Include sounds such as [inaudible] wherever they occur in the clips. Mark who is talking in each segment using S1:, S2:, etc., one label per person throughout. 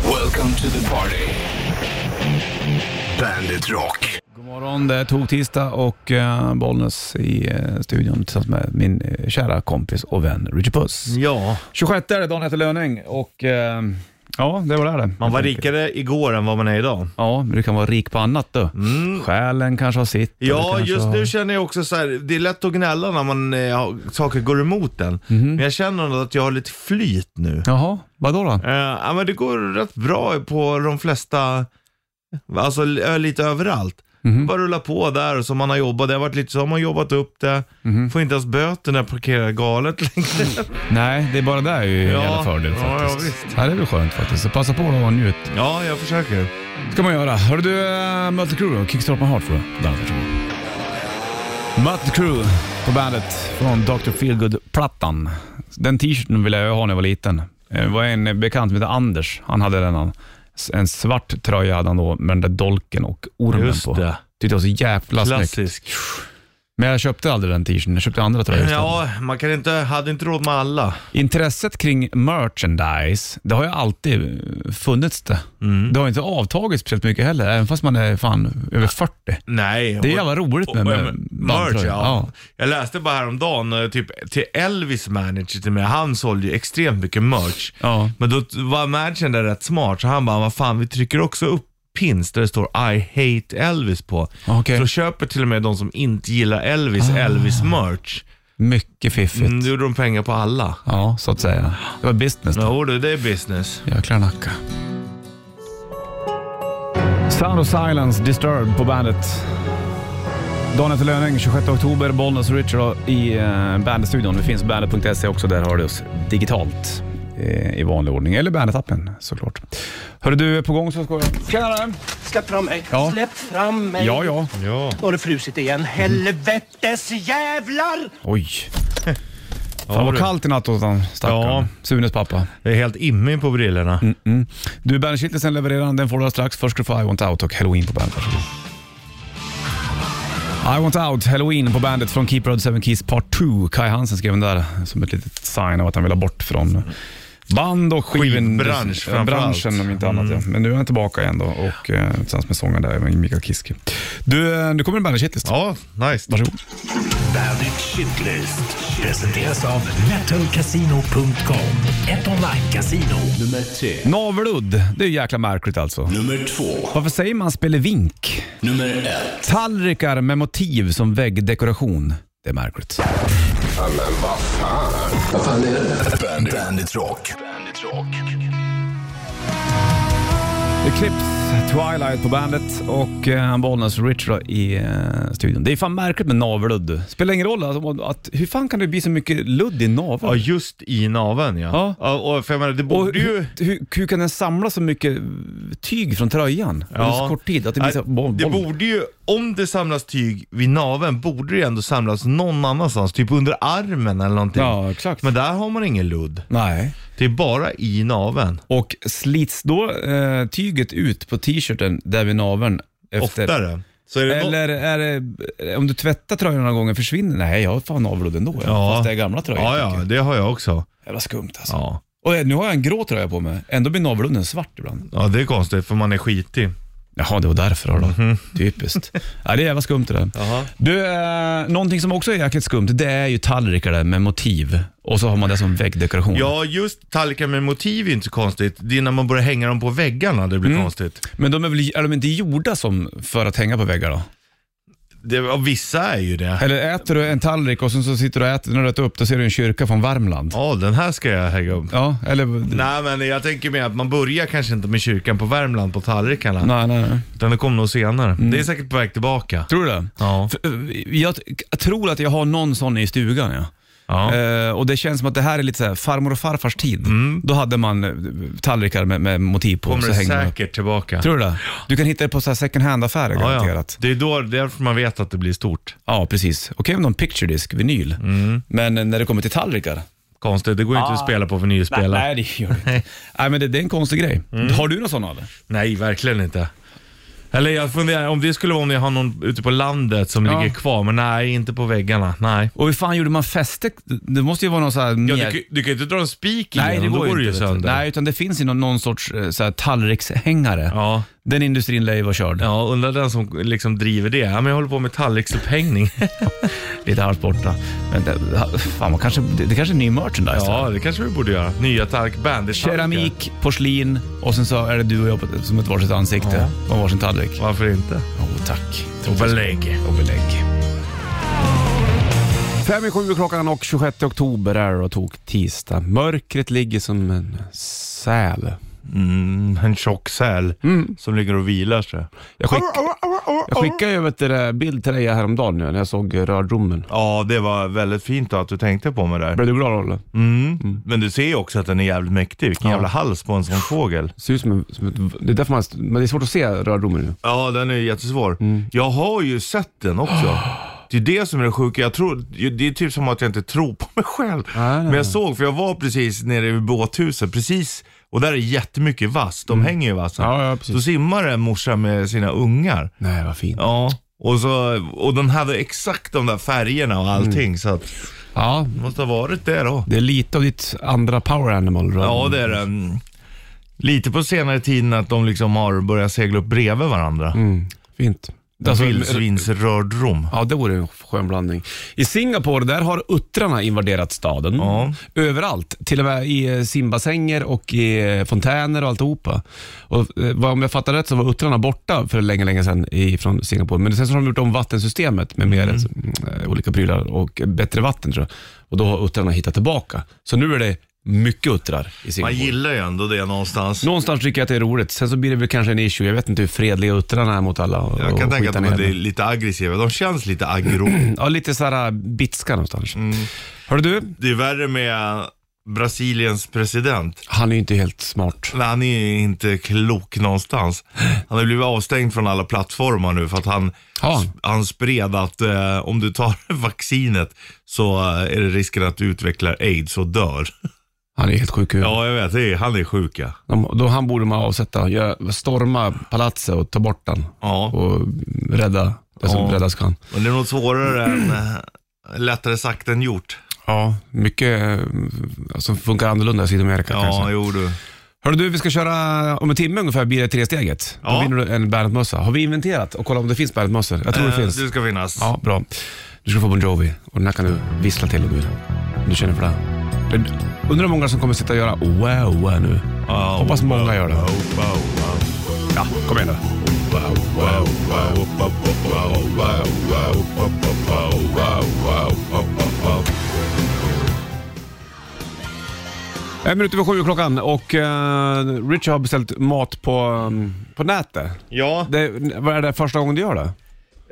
S1: Welcome to the party. Bandit Rock.
S2: God morgon, det är tog-tisdag och eh, Bollnäs i eh, studion tillsammans med min eh, kära kompis och vän Richard Puss.
S3: Ja,
S2: 26 är det, dagen efter löning och eh, ja, det var det.
S3: man var rikare igår än vad man är idag.
S2: Ja, men du kan vara rik på annat då. Själen kanske har sitt. eller
S3: Mm. Ja,
S2: kanske
S3: just
S2: har-
S3: nu känner jag också så här, det är lätt att gnälla när man, eh, har- saker går emot en. Men jag känner ändå att jag har lite flyt nu.
S2: Jaha, vadå då?
S3: Eh, ja, men det går rätt bra på de flesta, alltså l- lite överallt. Bara rulla på där som man har jobbat. Det har varit lite så, har man jobbat upp det. Får inte ens böter när jag parkerar galet längre.
S2: Nej, det är bara där ju en
S3: Ja,
S2: jävla fördel
S3: ja,
S2: faktiskt.
S3: ja, visst.
S2: det är väl skönt faktiskt. Så passa på då och njut.
S3: [laughs] ja, jag försöker.
S2: ska man göra. Hörru du, uh, Mötley Crüe då? Kickstart My Heart för Bandet. Mötley Crüe på bandet från Dr. Feelgood-plattan. Den t-shirten ville jag ha när jag var liten. Eh, Det var en bekant som hette Anders. Han hade den. han. S- En svart tröja hade han då med den där dolken och ormen
S3: Just
S2: på.
S3: det.
S2: Tyckte det var så jävla snyggt.
S3: Klassisk.
S2: Men jag köpte aldrig den t-shirten. Jag köpte andra tröjor istället.
S3: Ja, man kan inte, hade inte råd med alla.
S2: Intresset kring merchandise, det har ju alltid funnits det.
S3: Mm.
S2: Det har inte avtagit speciellt mycket heller, även fast man är fan över 40.
S3: Nej.
S2: Det är
S3: och-
S2: jävla roligt med,
S3: Och-
S2: med
S3: och- merch,
S2: bandtröjor.
S3: ja. Jag läste bara häromdagen, eh, typ till Elvis manager till mig, han sålde ju extremt mycket merch.
S2: Ja.
S3: Men då t- var managern där rätt smart, så han bara, vad fan vi trycker också upp pins där det står I hate Elvis på.
S2: Ja, okej. Ah.
S3: Så då köper till och med de som inte gillar Elvis, Elvis merch.
S2: Mycket fiffigt.
S3: Mm, då gjorde de pengar på alla.
S2: Ja, så att säga. Det var business. då.
S3: Jo du, det är business.
S2: Jäklar nacka. Sound of Silence, Disturbed på bandet. Dagen efter löning, 26 oktober, Bollnäs och Richard i eh, Bandet-studion. Vi finns på bandet.se också, där har du oss digitalt eh, i vanlig ordning. Eller Bandet-appen såklart. Hörru du, är på gång så ska jag... Tjenare!
S4: Släpp fram mig.
S2: Ja.
S4: Släpp fram mig.
S2: Ja, ja.
S3: Ja.
S4: Nu har det frusit igen. Helvetes jävlar!
S3: [laughs]
S2: Oj. Fan vad
S3: du.
S2: kallt i natt åt han, stackarn.
S3: Ja.
S2: Sunes pappa.
S3: Jag är helt immig på brillorna.
S2: Mm. Du, Bandit-kittelsen levererar den. Den får du alldeles strax. Först ska du få I Want Out och Halloween på bandet. Varsågod. I Want Out, Halloween på bandet från Keep Road 7 Keys Part 2. Kai Hansen skrev den där som ett litet sign av att han vill ha bort från band och skiven,
S3: Skivbransch Mm.
S2: ja,
S3: framför
S2: branschen
S3: allt.
S2: om inte annat. Ja. Men nu är han tillbaka igen då och eh, tillsammans med sångaren där, även Mikael Kiske. Du, eh, nu kommer en bandit-shitlist.
S3: Ja, nice.
S2: Varsågod.
S1: Bandit Shitlist. Presenteras av
S5: metalcasino.com. Ett online-casino.
S1: nummer tre,
S2: Naveludd, det är ju jäkla märkligt alltså.
S1: nummer två,
S2: Varför säger man spelevink?
S1: nummer ett.
S2: Tallrikar med motiv som väggdekoration. Det är märkligt.
S1: Bandit, Bandit Rock. Bandit Rock.
S2: Eclipse, Twilight på bandet och eh, Bollnäs och Rich då i eh, studion. Det är fan märkligt med navelludd. Spelar ingen roll alltså, att, att, hur fan kan det bli så mycket ludd i
S3: Ja,
S2: naveln?
S3: just i naveln ja.
S2: Ja.
S3: och, för jag menar, det
S2: och
S3: borde ju...
S2: hur, hur, hur kan den samla så mycket tyg från tröjan under så kort tid? Att det blir så,
S3: Nej,
S2: boll,
S3: det
S2: boll.
S3: borde ju, om det samlas tyg vid naveln, borde det ändå samlas någon annanstans, typ under armen eller någonting.
S2: Ja, exakt.
S3: Men där har man ingen ludd.
S2: Nej.
S3: Det är bara i naveln.
S2: Och slits då eh, tyget ut på t-shirten där vid naveln efter...
S3: Oftare. Så är det nå-
S2: Eller är det, om du tvättar tröjan några gånger försvinner Nej, jag har fan navelludd ändå. Ja. Fast det är gamla tröjor.
S3: Ja,
S2: tycker
S3: ja,
S2: jag.
S3: det har jag också.
S2: Jävla skumt alltså.
S3: Ja.
S2: Och eh, nu har jag en grå tröja på mig. Ändå blir navleludden svart ibland.
S3: ja, det är konstigt för man är skitig.
S2: Jaha, det var därför då.
S3: Mhm. [laughs]
S2: Typiskt. ja, det är jävla skumt det där. Du, eh, någonting som också är jäkligt skumt, det är ju tallrikar där med motiv. Och så har man det som väggdekoration.
S3: Ja, just tallrikar med motiv är inte så konstigt. Det är när man börjar hänga dem på väggarna det blir
S2: Mm.
S3: konstigt.
S2: Men de är, väl, är de inte gjorda som för att hänga på väggar då?
S3: Det, ja, vissa är ju det.
S2: Eller äter du en tallrik och sen så sitter du och äter, när du äter upp, då ser du en kyrka från Värmland.
S3: Ja, den här ska jag hänga upp.
S2: Ja, eller...
S3: Nej, men jag tänker mer att man börjar kanske inte med kyrkan på Värmland på tallrikarna.
S2: Nej, nej, nej.
S3: Utan det kommer nog senare. Det är säkert på väg tillbaka.
S2: Tror du det?
S3: Ja.
S2: Mm. För, eh, Jag, t- jag tror att jag har någon sån i stugan. Ja.
S3: Ja.
S2: Eh, och det känns som att det här är lite så här, farmor och farfars tid.
S6: Mm.
S2: Då hade man eh, tallrikar med, med motiv på.
S3: kommer
S2: så
S3: det
S2: hängde man upp.
S3: säkert tillbaka.
S2: Tror du det? Du kan hitta det på så här second hand-affärer
S3: ja, ja.
S2: garanterat.
S3: Det är då, därför man vet att det blir stort.
S2: Ja, precis. Okej om de har picture disc, vinyl.
S6: Mm.
S2: Men eh, när det kommer till tallrikar? Ah,
S3: Konstigt, det går ju inte
S6: Ah.
S3: att spela på vinylspelare.
S6: [laughs]
S2: Nej,
S6: Mm.
S2: det gör det inte. Nej, men det, det är en konstig grej. Har du någon sån eller?
S3: Nej, verkligen inte. Eller jag funderar om det skulle vara om jag har någon ute på landet som
S6: Ja.
S3: ligger kvar, men nej, inte på väggarna. Nej.
S6: Och hur fan gjorde man fäste? Det måste ju vara någon sån här...
S3: Ja,
S6: mer-
S3: du, kan- du kan ju inte dra en spik
S6: Nej,
S3: igenom,
S6: det
S3: då
S6: går ju
S3: det
S6: inte. vet du.
S3: sönder.
S6: Nej, utan det finns ju någon, någon sorts eh, så här, tallrikshängare.
S3: Ja,
S6: Den industrin lär ju vara körd.
S3: ja, undrar den som liksom driver det. Ja, men jag håller på
S6: [laughs]
S3: med tallriksupphängning.
S6: Lite halvt borta. Men det, ha- fan, man kanske, det, det kanske är ny merchandise.
S3: ja,
S6: Ja.
S3: det kanske vi borde göra. Nya tallrikband. det är tallrikar.
S6: Keramik, porslin och sen så är det du och jag på, som ett varsitt ansikte och varsin tallrik.
S3: Varför inte?
S6: Åh, tack.
S3: Och belägg.
S6: Och belägg.
S2: Fem i sju är klockan och 26 oktober är det och tog tisdag. Mörkret ligger som en säl.
S3: Mm, en tjock säl
S2: Mm.
S3: som ligger och vilar sig.
S2: Jag, skick, jag skickade ju vet du, det, bild till dig häromdagen nu, när jag såg rördromen.
S3: Ja, det var väldigt fint att du tänkte på mig där.
S2: Blev du glad Olle?
S3: Mm. Men du ser ju också att den är jävligt mäktig. Vilken
S2: Ja.
S3: jävla hals på en sån fågel.
S2: Ser ut som, en- som ett, det är därför man, men det är svårt att se rördromen nu.
S3: Ja, den är jättesvår.
S2: Mm.
S3: Jag har ju sett
S2: [gasps]
S3: den också. Det är det som är det sjuka. Jag tror, det är typ som att jag inte tror på mig själv.
S2: nej,
S3: Men jag såg, för jag var precis nere vid båthuset, precis, och där är jättemycket vass. De hänger ju i vassen.
S2: Mm. Ja, ja,
S3: Då
S2: precis.
S3: simmar en morsa med sina ungar.
S2: Nej, vad fint.
S3: Ja. Och, så, och den hade exakt de där färgerna och allting,
S2: Mm.
S3: så att
S2: Ja,
S3: det måste ha varit det då.
S2: det är lite av ditt andra power animal
S3: Ja,
S2: rördromen.
S3: det är det. Mm. Lite på senare tiden att de liksom har börjat segla upp bredvid varandra.
S2: Mm, fint. Alltså,
S3: Vildsvinsrördrom.
S2: Ja, det vore en skön blandning. I Singapore, där har uttrarna invaderat staden.
S3: Ja.
S2: Överallt. Till och med i eh, simbassänger och i eh, fontäner och alltihopa. Och, eh, vad- om jag fattar rätt så var uttrarna borta för länge, länge sedan i- från Singapore. Men sen så har de gjort om vattensystemet med
S3: Mm.
S2: mer eh, olika prylar och bättre vatten tror jag. Och då har uttrarna hittat tillbaka. Så nu är det mycket uttrar i
S3: Man
S2: Singapore.
S3: gillar ju ändå det någonstans.
S2: Någonstans tycker jag att det är roligt. Sen så blir det väl kanske en issue. Jag vet inte hur fredliga uttrarna är mot alla. Och,
S3: Jag kan
S2: och
S3: tänka att
S2: skita
S3: de
S2: ner
S3: är
S2: dem.
S3: lite aggressiva. De känns lite
S2: [clears throat]
S3: aggro.
S2: Ja, lite såhär bitska någonstans.
S3: Mm.
S2: Hörru du,
S3: det är värre med Brasiliens president.
S2: han är ju inte helt smart.
S3: Men han är ju inte klok någonstans. Han har blivit avstängd från alla plattformar nu för att han,
S2: Ja.
S3: han spred att eh, om du tar [laughs] vaccinet så eh, är det risken att du utvecklar aids och dör.
S2: Han är helt sjuk i huvudet.
S3: Ja, jag vet. Det är, han är sjuka.
S2: De, då Han borde man avsätta, göra, storma palatset och ta bort den
S3: Ja.
S2: och rädda det som
S3: Ja.
S2: räddas kan.
S3: Men det är något svårare [clears throat] än eh, lättare sagt än gjort.
S2: Ja, mycket eh, som funkar annorlunda i Sydamerika
S3: Ja,
S2: kanske.
S3: jo du.
S2: Hörru du, vi ska köra om en timme ungefär, blir det tresteget. Då
S3: Ja.
S2: vinner du en Bernet-mössa. Har vi inventerat och kollat om det finns Bernet-mössor? Jag tror det
S3: Eh,
S2: finns.
S3: Det ska finnas.
S2: Ja, bra. Du ska få Bon Jovi och den här kan du vissla till om du vill. Om Du känner för det. Men Undrar hur många som kommer sitta och göra wow, wow nu.
S3: Ja,
S2: Hoppas många gör det.
S3: wow, wow, wow.
S2: Ja, kom igen nu. En minut över sju är klockan och uh, Richard har beställt mat på, mm, på nätet.
S3: Ja,
S2: Det, vad är det första gången du gör det?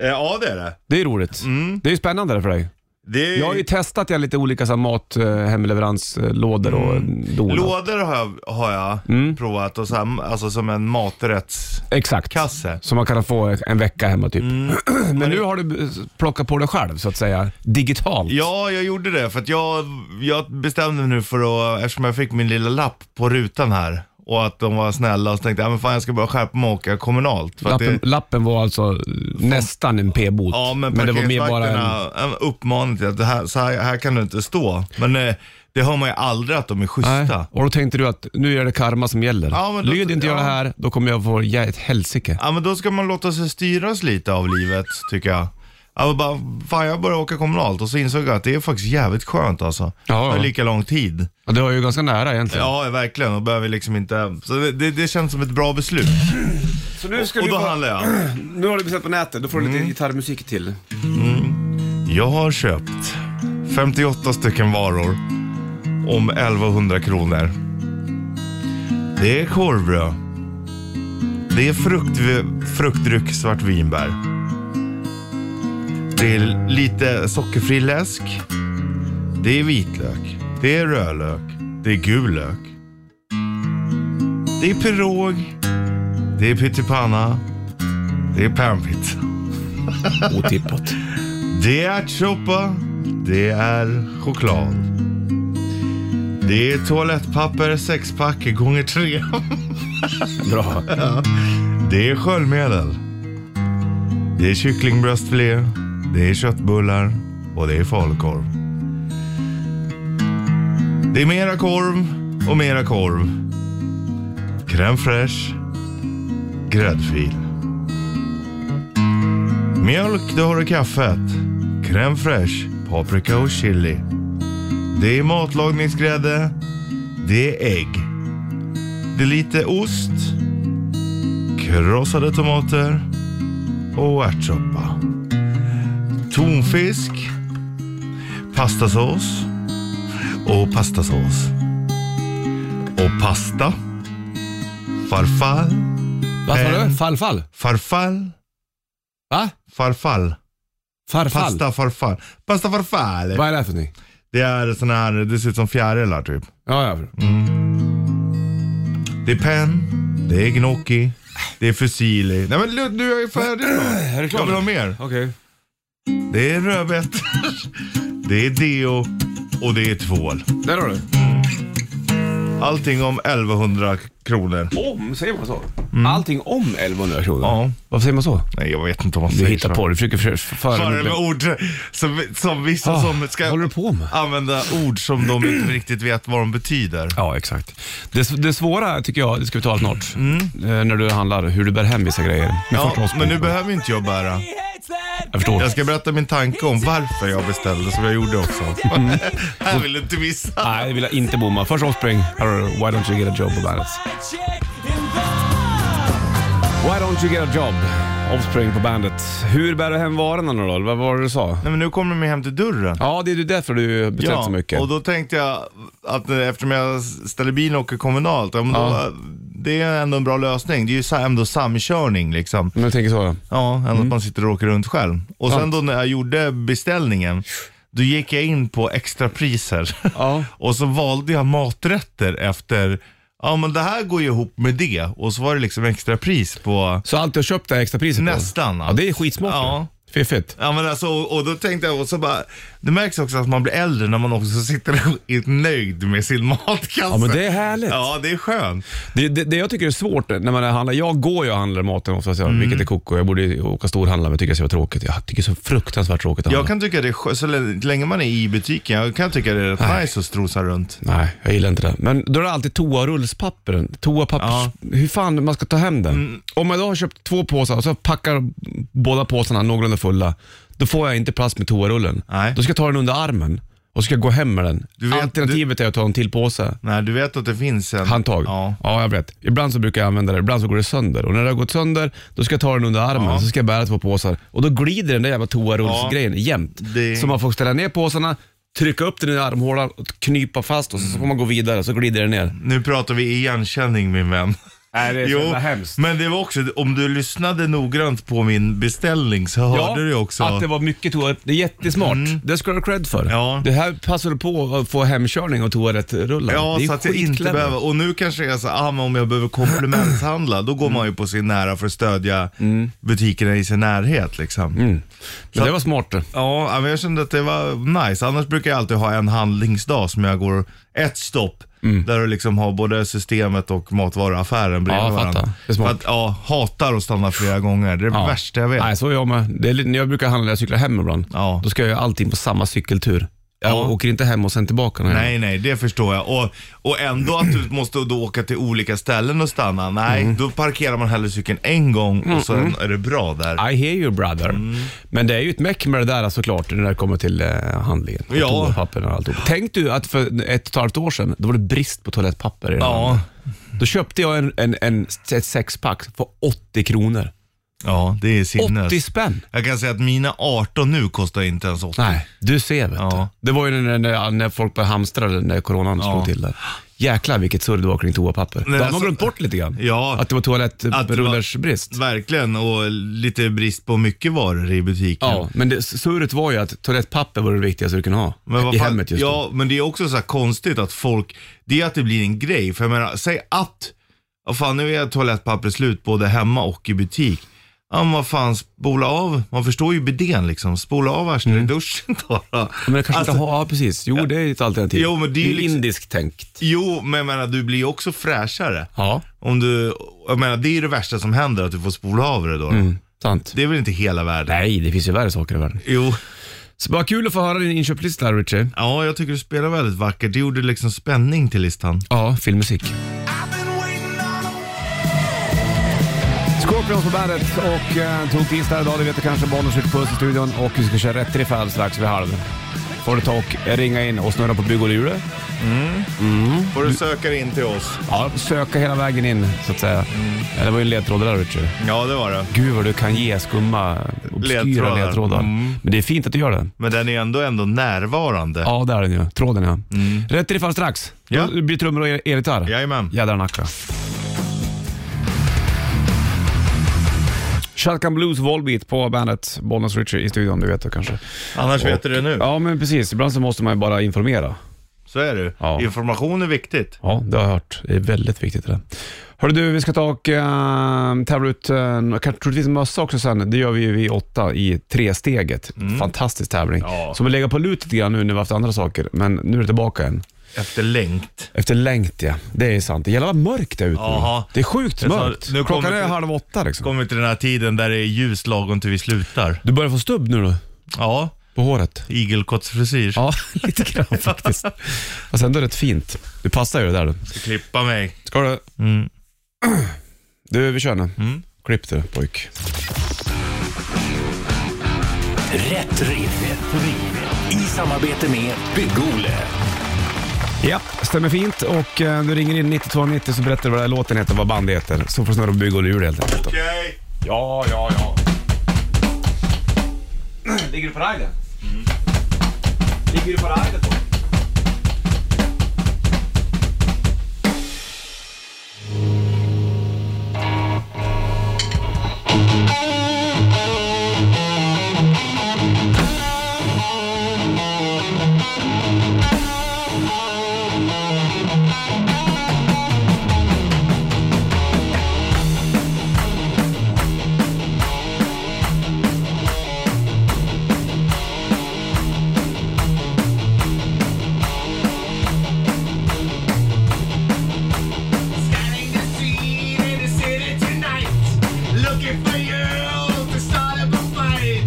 S3: eh, ja det är det. Mm.
S2: Det är roligt. Det är ju spännande för dig.
S3: det är,
S2: Jag har ju testat ja, lite olika så här, mat, eh, hemleveranslådor och
S3: Mm.
S2: donat.
S3: Lådor har jag, har jag provat, och så här, alltså som en maträttskasse.
S2: Exakt. Som man kan få en vecka hemma typ.
S3: Mm.
S2: [clears throat] Men nu har du eh, plockat på det själv så att säga, digitalt.
S3: Ja, jag gjorde det för att jag, jag bestämde mig nu för att, eftersom jag fick min lilla lapp på rutan här och att de var snälla och så tänkte jag, "Ja, men fan jag ska bara skärpa mig och åka kommunalt. För att
S2: Lappen,
S3: det,
S2: lappen var alltså eh, nästan en p-bot.
S3: Ja, men,
S2: det var mer bara en...
S3: parkeringsvakterna en... uppmanade till att det här, så här, här kan du inte stå. Men eh, det hör man ju aldrig att de är
S2: Nej.
S3: schyssta.
S2: Och då tänkte du att nu är det karma som gäller.
S3: Ja, men då-
S2: Lyder inte jag
S3: ja.
S2: det här, då kommer jag få ge ett helsike.
S3: Ja, men då ska man låta sig styras lite av livet, tycker jag. Jag var bara, fan jag började åka kommunalt och så insåg jag att det är faktiskt jävligt skönt alltså.
S2: Ja, ja.
S3: Det är lika lång tid.
S2: Ja, det var ju ganska nära egentligen.
S3: Ja, verkligen. Och behöver liksom inte... Så det, det, det känns som ett bra beslut.
S2: Så nu,
S3: Och då handlar jag.
S2: nu har du beställt på nätet, då får du
S3: Mm.
S2: lite gitarrmusik till.
S3: Jag har köpt 58 stycken varor om 1100 kronor. Det är korvbröd. Det är frukt, fruktdryck svart vinbär. Det är lite sockerfri läsk. Det är vitlök. Det är rödlök. Det är gul lök. Det är pirog. Det är pyttipanna. Det är pannpizza.
S2: Otippat.
S3: Det är ärtsoppa. Det är choklad. Det är toalettpapper, sexpack gånger tre.
S2: Bra.
S3: Det är sköljmedel. Det är kycklingbröstfilé, det är köttbullar och det är falukorv. Det är mera korv och mera korv. Crème fraîche, gräddfil. Mjölk, då har du kaffet. Crème fraîche, paprika och chili. Det är matlagningsgrädde. Det är ägg. Det är lite ost. Krossade tomater och ärtsoppa. Tonfisk, pastasås och pastasås. Och pasta, farfall,
S2: Vad sa
S3: En.
S2: du? Farfall?
S3: farfall,
S2: Va?
S3: farfall.
S2: Farfall?
S3: Pasta farfall. Pasta farfall.
S2: Vad är det här för någonting?
S3: Det är sån här, det ser ut som fjärilar typ.
S2: Ja, ja.
S3: Det är pen, det är gnocchi, det är fusilli. Nej men Lund, du är ju färdig då.
S2: Är det
S3: Jag vill ha mer.
S2: Okej.
S3: Det är rödbetor, det är deo och det är tvål.
S2: Där har du.
S3: Allting om 1100 kronor.
S2: Om, säger man så? Allting om 1100 kronor?
S3: Ja.
S2: Varför säger man så?
S3: Nej jag vet inte om man
S2: Du
S3: säger
S2: hittar
S3: så.
S2: på, du försöker för, för,
S3: Bara med
S2: för,
S3: ord som, som vissa
S2: Ah,
S3: som
S2: vad håller
S3: ska
S2: du på med?
S3: använda ord som de inte riktigt vet vad de betyder.
S2: Ja, exakt. Det, det svåra tycker jag, det ska vi ta snart, eh, när du handlar, hur du bär hem vissa grejer. Med
S3: Mm. Ja,
S2: förkrossbok.
S3: men nu behöver inte jag bära.
S2: Jag förstår.
S3: Jag ska berätta min tanke om varför jag beställde som jag gjorde också. Här vill du inte missa.
S2: Nej, det vill jag inte bomma. Först Offspring, här har du Why Don't You Get A Job på bandet. Why Don't You Get A Job, Offspring på bandet. Hur bär du hem varorna nu då? Vad var det du sa?
S3: Nej, men nu kommer de ju hem till dörren.
S2: Ja, det är ju därför du beställt så mycket.
S3: och då tänkte jag att eh, eftersom jag ställer bilen och åker kommunalt, ja, men då,
S2: Ja.
S3: eh, det är ändå en bra lösning. Det är ju sa- ändå samkörning liksom.
S2: Men jag tänker så.
S3: Ja, än
S2: Mm.
S3: att man sitter och åker runt själv. Och sen
S2: Sant.
S3: då när jag gjorde beställningen, då gick jag in på extra priser.
S2: Ja.
S3: [laughs] och så valde jag maträtter efter, ja men det här går ju ihop med det. Och så var det liksom extra pris på
S2: Så allt du har köpt det här extrapriset på?
S3: nästan.
S2: Ja, det är skitsmart.
S3: Ja.
S2: ju. Fiffigt.
S3: Ja men alltså, och och då tänkte jag, och så bara, det märks också att man blir äldre när man också sitter [laughs] och är nöjd med sin matkasse.
S2: Ja, men det är härligt.
S3: Ja, det är skönt.
S2: Det, det, det jag tycker är svårt när man handlar, jag går ju och handlar maten oftast, mm. vilket är koko. Jag borde ju åka storhandla men jag tycker att det var tråkigt. Jag tycker det är så fruktansvärt tråkigt att handla.
S3: Jag kan tycka det är skö- så lä- länge man är i butiken, jag kan tycka det är rätt nice att strosa runt.
S2: Nej, jag gillar inte det. Men då är det alltid toarullspappren. Toapappers...
S3: Ja. Mm.
S2: Hur fan man ska ta hem den? Om jag då har köpt två påsar och så packar båda påsarna någorlunda fulla, då får jag inte plats med toarullen.
S3: Nej.
S2: Då ska jag ta den under armen och ska jag gå hem med den.
S3: Du vet-
S2: Alternativet är att ta en till påse.
S3: Nej, du vet att det finns en...
S2: Handtag?
S3: Ja.
S2: jag vet. Ibland så brukar jag använda det, ibland så går det sönder. Och när det har gått sönder, då ska jag ta den under armen, så ska jag bära två påsar. Och då glider den där jävla toarullsgrejen jämt.
S3: Det-
S2: Så man får ställa ner påsarna, trycka upp den i armhålan, och knypa fast och så får man gå vidare, så glider den ner.
S3: Nu pratar vi igenkänning min vän.
S2: Nej, det
S3: Jo, men det var också, om du lyssnade noggrant på min beställning så hörde du också.
S2: att det var mycket toa. Det är jättesmart. Det ska du ha cred för.
S3: Mm. Ja.
S2: Det här passar du på att få hemkörning och toarättrullar.
S3: Ja,
S2: det är
S3: så att jag inte
S2: skitklämmigt.
S3: behöver. Och nu kanske jag säger, ah, men om jag behöver komplementshandla, då går
S2: Mm.
S3: man ju på sin nära för att stödja butikerna i sin närhet liksom.
S2: Mm. Men det var smart det.
S3: Ja, ja, men jag kände att det var nice. Annars brukar jag alltid ha en handlingsdag som jag går ett stopp.
S2: Mm.
S3: Där du liksom har både systemet och matvaruaffären bredvid
S2: Ja, jag fattar.
S3: varandra.
S2: Det är smart.
S3: För att, ja, hatar att stanna flera gånger. Det är det
S2: Ja.
S3: värsta jag vet.
S2: Nej, så är jag med. Det är, lite- när jag brukar handla när jag cyklar hem ibland,
S3: Ja.
S2: då ska jag göra allting på samma cykeltur. Jag åker inte hem och sen tillbaka. någon gång.
S3: Nej, nej, det förstår jag. Och, och ändå att du måste då åka till olika ställen och stanna. Nej,
S2: Mm.
S3: då parkerar man hellre cykeln en gång och sen är det bra där.
S2: I hear you brother.
S3: Mm.
S2: Men det är ju ett meck med det där såklart när det kommer till eh, handlingen. Och
S3: Ja.
S2: Toapapper och alltihop. Tänk du att för ett och ett halvt år sedan, då var det brist på toalettpapper i det här
S3: Ja.
S2: landet. Då köpte jag en, en, en, ett sexpack för 80 kronor.
S3: Ja, det är sinnes.
S2: 80 spänn!
S3: Jag kan säga att mina 18 nu kostar inte ens 80.
S2: Nej, du ser vet
S3: Ja.
S2: du. Det var ju när, när, när folk började hamstra eller när coronan slog till där. Jäklar vilket surr det var kring toapapper. Då har man
S3: alltså-
S2: glömt bort lite grann.
S3: Ja.
S2: Att det var
S3: Att det var-
S2: toalettrullers-brist.
S3: Verkligen, och lite brist på mycket varor i butiken.
S2: Ja, men det, surret var ju att toalettpapper var det viktigaste du kunde ha
S3: Men vad
S2: i
S3: fan-
S2: hemmet just då.
S3: Ja, men det är också så här konstigt att folk, det är att det blir en grej. För jag menar, säg att, vad fan nu är toalettpapper slut både hemma och i butik. Ja men vad fan, spola av, man förstår ju bidén liksom. Spola av arslet i duschen då. då.
S2: Mm. Men det kanske
S3: Alltså,
S2: inte har, ja precis. Jo, det är ett alternativ.
S3: Jo, men det är ju liksom-
S2: indiskt tänkt.
S3: Jo, men jag menar du blir ju också fräschare.
S2: Ja.
S3: Om du, jag menar det är ju det värsta som händer, att du får spola av det då.
S2: Sant.
S3: Det är väl inte hela världen?
S2: Mm. Nej, det finns ju värre saker i världen.
S3: Jo,
S2: Så bara kul att få höra din inköpslista här, Richie.
S3: ja, jag tycker du spelar väldigt vackert. Det gjorde liksom spänning till listan.
S2: Ja, filmmusik.
S6: Scorpions på bandet och eh, tog tisdag idag. Det vet du kanske. Bollen skjuter puss i studion och vi ska köra rätt riff här strax vid halv. Får du ta och ringa in och snurra på bygg och lure.
S3: Får du söka in till oss?
S6: Ja, söka hela vägen in så att säga.
S3: Mm.
S6: Ja, det var ju en ledtråd där Richard.
S3: Ja, det var det.
S2: Gud vad du kan ge skumma, obskyra
S3: Ledtrådar.
S2: ledtrådar.
S3: Mm.
S2: Men det är fint att du gör det.
S3: Men den är ändå, ändå närvarande.
S2: Ja, där är den ju. Tråden ja. Rätt riff alldeles strax.
S3: Mm. Ja.
S2: Då blir det trummor och el- elgitarr.
S3: Jajamän.
S2: Jädrar nacka. Shotgun Blues Volbeat på bandet. Bollnäs Richie i studion, du vet det kanske.
S3: Annars vet du det nu.
S2: Ja, men precis. Ibland så måste man ju bara informera.
S3: Så är det
S2: Ja.
S3: Information är viktigt.
S2: Ja, det har jag hört. Det är väldigt viktigt det där. Hörru du, vi ska ta och uh, tävla ut, uh, kanske troligtvis en mössa också sen. Det gör vi ju vid åtta i tresteget. Fantastisk tävling.
S3: Mm. Ja.
S2: Som vi lägger på lut lite grann nu när vi har haft andra saker, men nu är det tillbaka igen.
S3: Efter längt.
S2: Efter längt ja, det är sant. Det gäller vad mörkt det är ute nu.
S3: Jaha.
S2: Det är sjukt
S3: Jag sa,
S2: mörkt.
S3: nu
S2: Klockan
S3: kommer
S2: är
S3: det-
S2: halv åtta liksom.
S3: Kommer till den här tiden där det är ljus lagom till vi slutar.
S2: Du börjar få stubb nu då,
S3: Ja,
S2: på håret.
S3: igelkottsfrisyr.
S2: Ja, [laughs] lite grann faktiskt. Fast ändå rätt fint. Du passar ju det där du.
S3: Klippa mig.
S2: Ska du?
S3: Mm.
S2: [clears throat] Du, vi kör nu. Klipp du pojk.
S5: Rätt riff. I samarbete med
S1: Bygg-Ole.
S2: Ja, stämmer fint. Och eh, du ringer in 9290 så berättar du vad den här låten heter och vad bandet heter. Så får du snurra på bygg och lur helt enkelt. då.
S3: Okej.
S2: Ja, ja, ja. Ligger du på rajden? Ligger du på rajden då?
S7: Scanning the scene in the city tonight, looking for you to start up a fight.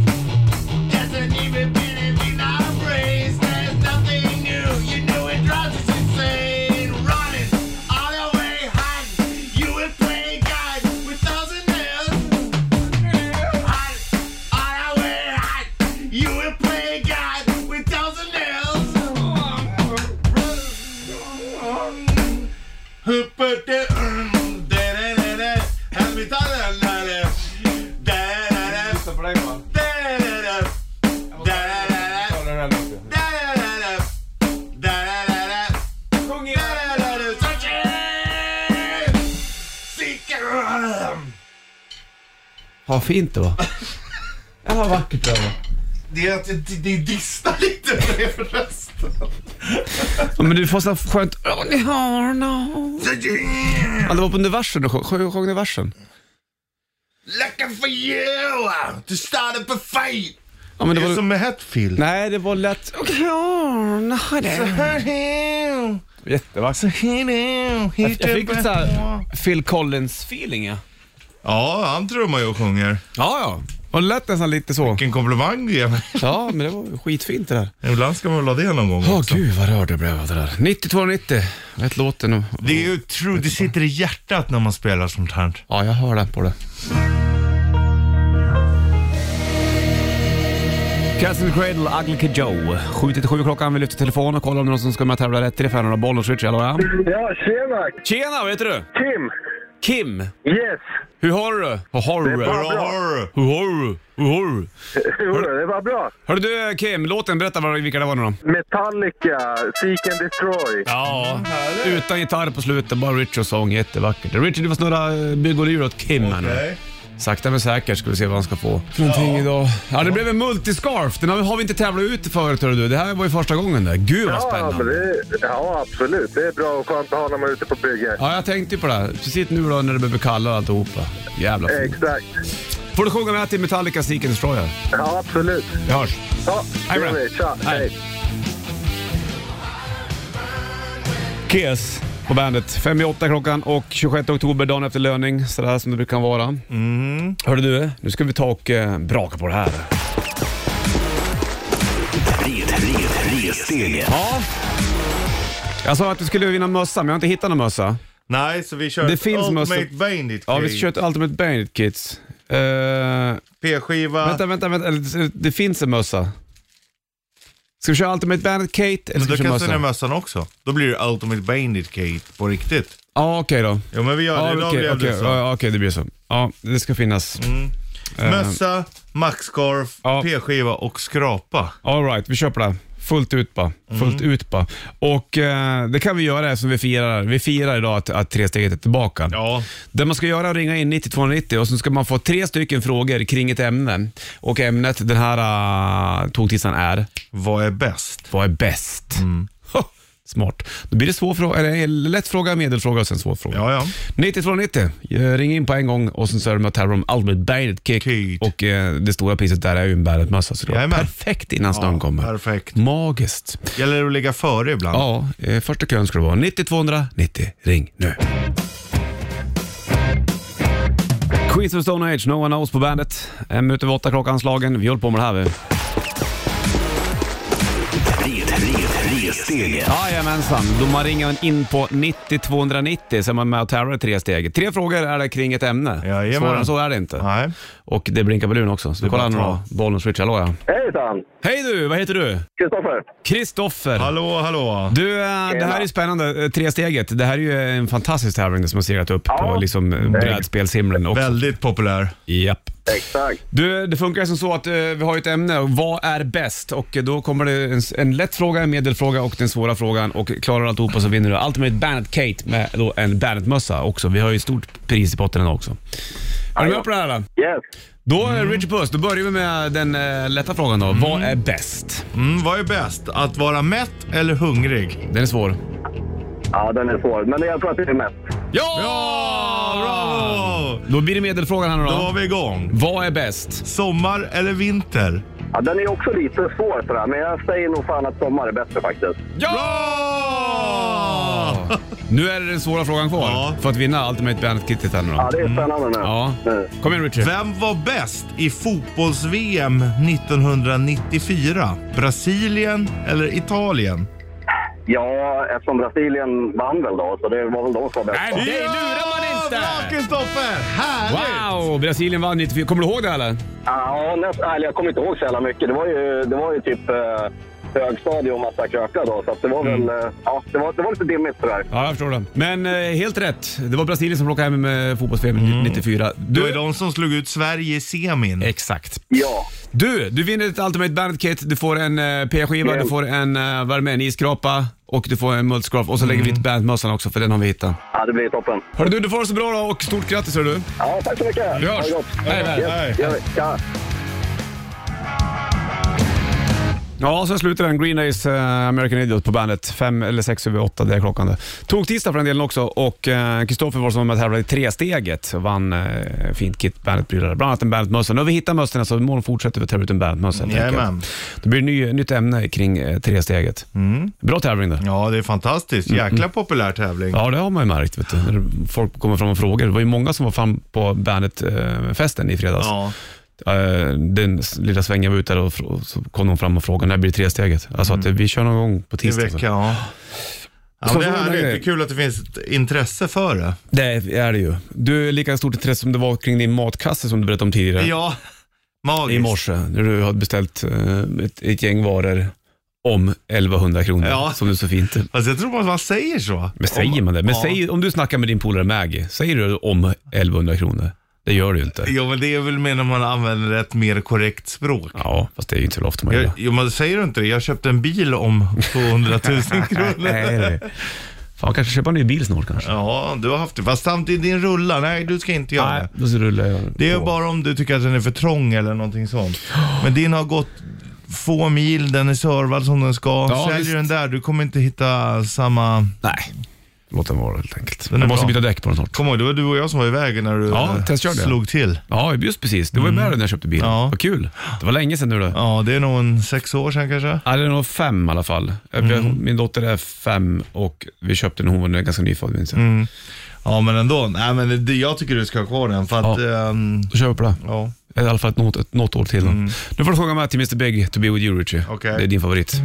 S7: Doesn't even mean anything I embrace. There's nothing new, you know it drives us insane. Running all the way hiding, you will play God with thousand nails. Hiding all the way hiding, you will play God with thousand nails. Huppete, mm, da-da-da-da. Här vi tar den där. Da-da-da-da. Da-da-da-da. Da-da-da-da. Da-da-da-da. Da-da-da-da. Da-da-da-da. Searching. Seeker.
S2: Vad fint det var. [laughs] Ja, vad vackert det var.
S7: Det är att det, det, det dissnar lite med
S8: Eh,
S7: rösten.
S2: Ja, men du får så här skönt... Oh, ni har no. ja, det var på under versen du sjöng. Sjöng sjöng du versen?
S7: Looking for you to start up a fight.
S2: Ja, men
S3: Det
S2: det
S3: är
S2: var...
S3: som med
S2: [laughs]
S3: Hetfield.
S2: Nej, det var lätt... Okay, oh, no, det. Jättevackert. Jag fick lite såhär Phil Collins-feeling ja.
S3: Ja, han trummar ju och sjunger.
S2: Ja, ja. Och det lät nästan lite så.
S3: Vilken komplimang du ger mig.
S2: Ja, men det var ju skitfint det där.
S3: Ibland ska man väl ha det någon gång
S2: Åh
S3: också.
S2: gud vad rörd jag blev av det där. 9290, rätt låten. och-
S3: Det är ju true, det sitter i hjärtat när man spelar sånt här.
S2: Ja, jag hör den på det. Cats in the Cradle, Ugly Kid Joe. 7.37 klockan, vi lyfter telefonen och kollar om det är någon som ska med och tävla rätt i det för några bollar. Switch, hallå ja.
S9: Ja, tjena!
S2: Tjena, vad heter du?
S9: Kim!
S2: Kim.
S9: Yes!
S2: Hur har du Hur har du
S9: bra.
S2: Hur
S3: Bra.
S2: har du Hur har du
S9: Jo, det var bra.
S2: Hörru du Kim, låten, berätta vad- vilka det var nu då.
S9: Metallica, Seek and Destroy.
S2: Ja, utan gitarr på slutet, bara Richards sång, jättevackert. Richard, du får snurra eh, bygg och lyr åt Kim här nu.
S3: Okej.
S2: Sakta men säkert ska vi se vad han ska få. För någonting idag. Ja, det blev en multiscarf. Den har vi- har vi inte tävlat ut förut hörru du. Det här var ju första gången där. Gud vad
S9: Ja, men
S2: spännande.
S9: det, ja, absolut. Det är bra och skönt att ha när man är ute på bygge.
S2: Ja, jag tänkte ju på det. här. Precis nu då när det börjar kalla och alltihopa. Jävla fint.
S9: Exakt.
S2: Får du sjunga med till Metallica Seek and Destroy här.
S9: Ja, absolut.
S2: Vi hörs.
S9: Ja,
S2: Hej,
S9: det gör
S2: bra.
S9: vi. Tja,
S2: Hej.
S9: hej.
S2: Kiss. på bandet. Fem i åtta klockan och 26 oktober, dagen efter löning. Sådär som det brukar vara. Mm. Hörru du, nu ska vi ta och eh, braka på det här.
S5: Red, red, ressteget.
S2: Ja. Jag sa att vi skulle vinna mössa, men jag har inte hittat någon mössa.
S3: Nej, så vi kör
S2: Det
S3: ett
S2: finns
S3: Ultimate
S2: massa-
S3: Bandit
S2: Ja,
S3: Cage.
S2: vi kör ett Ultimate Bandit Kids. Eh,
S3: P-skiva.
S2: Vänta, vänta, vänta. Eller, Det finns en mössa. Ska vi köra Ultimate Bandit Kate eller
S3: Men
S2: ska vi
S3: då
S2: köra
S3: kastar ni
S2: mössa?
S3: mössan också. Då blir det Ultimate Bandit Kate på riktigt.
S2: Ja, okej då.
S3: Jo men vi gör Mm. det.
S2: Ja,
S3: Idag
S2: okej,
S3: blev det
S2: okej.
S3: så.
S2: Ja, okej, det blir så. Ja, det ska finnas.
S3: Mössa, maxscarf,
S2: Ja.
S3: p-skiva och skrapa.
S2: All right, vi köper det. Fullt ut bara.
S3: Mm.
S2: Fullt ut bara. Och eh, det kan vi göra som vi firar. Vi firar idag att, att tre steget är tillbaka.
S3: Ja.
S2: Det man ska göra är att ringa in 9290 och så ska man få tre stycken frågor kring ett ämne. Och ämnet den här uh, tågtisdagen är?
S3: Vad är bäst?
S2: Vad är bäst?
S3: Mm.
S2: Ha, Smart. Då blir det svår fråga, eller eh, lätt fråga, medelfråga och sen svår fråga.
S3: Ja, ja.
S2: 9290. Eh, Ring in på en gång och sen så är det med att tävla om Ultimate Bandit Kick.
S3: Kid.
S2: Och eh, det stora priset där är ju en Bandit-mössa såklart.
S3: Jajamän.
S2: Perfekt innan snön kommer.
S3: perfekt.
S2: Magiskt.
S3: Gäller det att ligga före ibland?
S2: Ja, eh, första kön ska det vara. 90 290. Ring nu. Queens of Stone Age, No One Knows på bandet. En minut över åtta klockanslagen. Vi håller på med det här. vi.
S5: Red, red, ressteget.
S2: Jajamensan, då man ringer in på 90 290 så är man med och tävlar i tre steg. Tre frågor är det kring ett ämne.
S3: Jajamän.
S2: Svårare än så är det inte.
S3: Nej.
S2: Och det blinkar på luren också. Så vi
S3: är bara
S2: kollar nu
S3: att
S2: då. Bollen switchar, hallå ja.
S9: Hejsan!
S2: Hej du, vad heter du?
S9: Kristoffer.
S2: Kristoffer.
S3: Hallå, hallå.
S2: Du, eh, det här är ju spännande. Eh, Tre steget. Det här är ju en fantastisk tävling som har seglat upp på liksom eh, brädspelshimlen också.
S3: Väldigt populär.
S2: Japp.
S9: Exakt.
S2: Du, det funkar som så att eh, vi har ju ett ämne, och vad är bäst? Och eh, då kommer det en, s- en lätt fråga, en medelfråga och den svåra frågan. Och klarar du alltihopa så vinner du Ultimate Bandet Kate med då en Bandet-mössa också. Vi har ju ett stort pris i potten ändå också. Är du med på det här då?
S9: Yes.
S2: Då, mm. Richard Puss, då börjar vi med den eh, lätta frågan då. Vad är bäst?
S3: Mm, vad är bäst? Att vara mätt eller hungrig?
S2: Den är svår.
S9: Ja, den är svår. Men jag tror att det är mest.
S2: Ja!
S3: Ja, bravo!
S2: Då blir det medelfrågan här nu då.
S3: Då var vi igång.
S2: Vad är bäst?
S3: Sommar eller vinter?
S9: Ja, den är också lite svår sådär. Men jag säger nog fan att sommar är bättre faktiskt.
S3: Bra!
S2: Nu är det den svåra frågan kvar
S3: Ja.
S2: för att vinna Ultimate Bandet-kittet här nu då.
S9: Ja, det är spännande nu.
S2: Mm.
S9: Eh,
S2: Ja.
S9: Nu.
S2: Kom igen Richard.
S3: Vem var bäst i fotbolls-VM 1994? Brasilien eller Italien?
S9: Ja, eftersom Brasilien vann väl då, så det var väl de som var bäst.
S2: Nej,
S9: då.
S2: det lurar man inte!
S3: Bra Kristoffer! Härligt!
S2: Wow! Brasilien vann 94. Kommer du ihåg det eller?
S9: Ja, näst, eller jag kommer inte ihåg så jävla mycket. Det var ju, det var ju typ eh, högstadie och massa krökar då, så att det var
S2: Mm.
S9: väl... Eh, ja, det var, det var lite dimmigt sådär.
S2: Ja, jag förstår det. Men eh, helt rätt. Det var Brasilien som plockade hem med fotbolls 94.
S3: Det var ju
S2: Du,
S3: de som slog ut Sverige i semin.
S2: Exakt.
S9: Ja,
S2: Du, du vinner ett Ultimate Bandit Kit. Du får en eh, p-skiva,
S9: Mm.
S2: du får en, eh, vad är det med, en isskrapa och du får en multiscraft. Och så lägger vi ett bandmössan också för den har vi hittat.
S9: ja det blir toppen.
S2: Hörru du, du får det så bra då och stort grattis hörru du.
S9: Ja, tack så mycket!
S2: Vi
S9: Ha
S2: hörs.
S9: det gott.
S2: Hej, hej,
S9: Yes,
S3: hej.
S9: gör vi. Tja.
S2: Ja, så slutar den. Green Days eh, American Idiot på bandet. Fem eller sex över åtta, det är klockan det. Tog tisdag för den delen också och Kristoffer var som var med och tävlade i tresteget och vann eh, fint kit, bandet-prylar. Bland annat en bandmössa. Nu har vi hittat mössorna så imorgon fortsätter vi att tävla ut en bandmössa. helt enkelt.
S3: Jajamän.
S2: Då blir det ny, nytt ämne kring eh, tresteget. Bra tävling det.
S3: Ja, det är fantastiskt. Jäkla populär tävling.
S2: Mm, Ja, det har man ju märkt. Vet du. När folk kommer fram och frågar. Det var ju många som var fram på Bandet-festen i fredags.
S3: Ja.
S2: Eh, den s- lilla svängen var ute där och fr- så kom någon fram och frågade när blir det tresteget? Alltså att eh, vi kör någon gång på
S3: Mm. I
S2: tisdag.
S3: vecka, ja.
S2: alltså.
S3: ja
S2: Så
S3: men det
S2: var det
S3: här
S2: en
S3: är
S2: grej.
S3: inte kul att det finns ett intresse för det.
S2: Det är det ju. Du, lika stort intresse som det var kring din matkasse som du berättade om tidigare
S3: Ja, magiskt.
S2: i morse. När du hade beställt eh, ett, ett gäng varor om 1100 kronor,
S3: Ja.
S2: som du så fint.
S3: Fast jag tror man man säger så.
S2: Men säger man det? Men säg, om du snackar med din polare Maggie, säger du om 1100 kronor? Det gör du ju inte.
S3: Jo, men det är väl mer när man använder ett mer korrekt språk.
S2: Ja, fast det är ju inte så ofta man gör
S3: Jag,
S2: det.
S3: jo, men säger du inte det? Jag köpte en bil om 200 [laughs] 000 kronor.
S2: Nej, nej. Fan, kanske köpa en ny bil snart kanske.
S3: Ja, du har haft det. Fast samtidigt, din rullar. Nej, du ska inte göra det.
S2: då så rullar jag
S3: Det är
S2: på.
S3: bara om du tycker att den är för trång eller någonting sånt. Men din har gått få mil, den är servad som den ska.
S2: Ja,
S3: Säljer
S2: visst.
S3: den där, du kommer inte hitta samma...
S2: Nej. låt den vara helt enkelt.
S3: Den är
S2: Jag måste
S3: bra.
S2: byta däck på den snart.
S3: Kommer ihåg, det var du och jag som var iväg när du
S2: Ja,
S3: eh,
S2: testkörde jag.
S3: slog till.
S2: Ja, just precis. Du var ju med när jag köpte bilen.
S3: Mm. Ja.
S2: Vad kul. Det var länge sedan nu då.
S3: Ja, det är nog en sex år sedan kanske.
S2: Ja, det är nog fem i alla fall. Jag-
S3: Mm.
S2: Min dotter är fem och vi köpte den, hon var ganska nyfödd minns jag.
S3: Mm. Ja, men ändå. Nej, men det, jag tycker du ska ha kvar den för att...
S2: Ja.
S3: ehm,
S2: Då kör vi på det.
S3: ja.
S2: I alla fall ett, något, ett, något år till. då. Nu får du sjunga med till Mr Big, To Be With You Richie.
S3: Mm. Okej.
S2: Det är din favorit.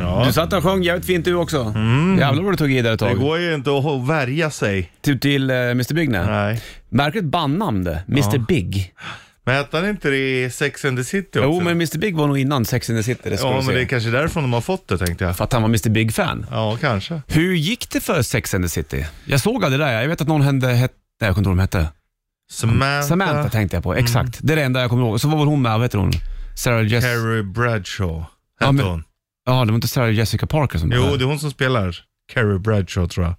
S3: ja.
S2: Du satt och sjöng jävligt fint du också. Mm. Jävlar vad du tog i där ett
S3: Det
S2: tag.
S3: går ju inte att värja sig.
S2: Till, till eh, Mr Big nej.
S3: Nej.
S2: Märkligt bandnamn det. Mr Big.
S3: Men hette han inte det i Sex and the City också?
S2: Jo, men Mr Big var nog innan Sex and the City, det ska
S3: ja,
S2: du
S3: men det
S2: se.
S3: är kanske därifrån de har fått det tänkte jag.
S2: För att han var Mr Big-fan.
S3: Ja, kanske.
S2: Hur gick det för Sex and the City? Jag såg aldrig det där. Jag vet att någon hände, het, nej, jag kommer inte ihåg vad de hette.
S3: Samantha, Mm.
S2: Samantha tänkte jag på, exakt. Det är det enda jag kommer ihåg. Så vad var hon med? Vad heter hon? Sarah Jess...
S3: Carrie Bradshaw hette
S2: Ja, men-
S3: hon.
S2: Ja, det var inte Sarah Jessica Parker som
S3: Jo,
S2: var
S3: det är hon som spelar Carrie Bradshaw tror jag.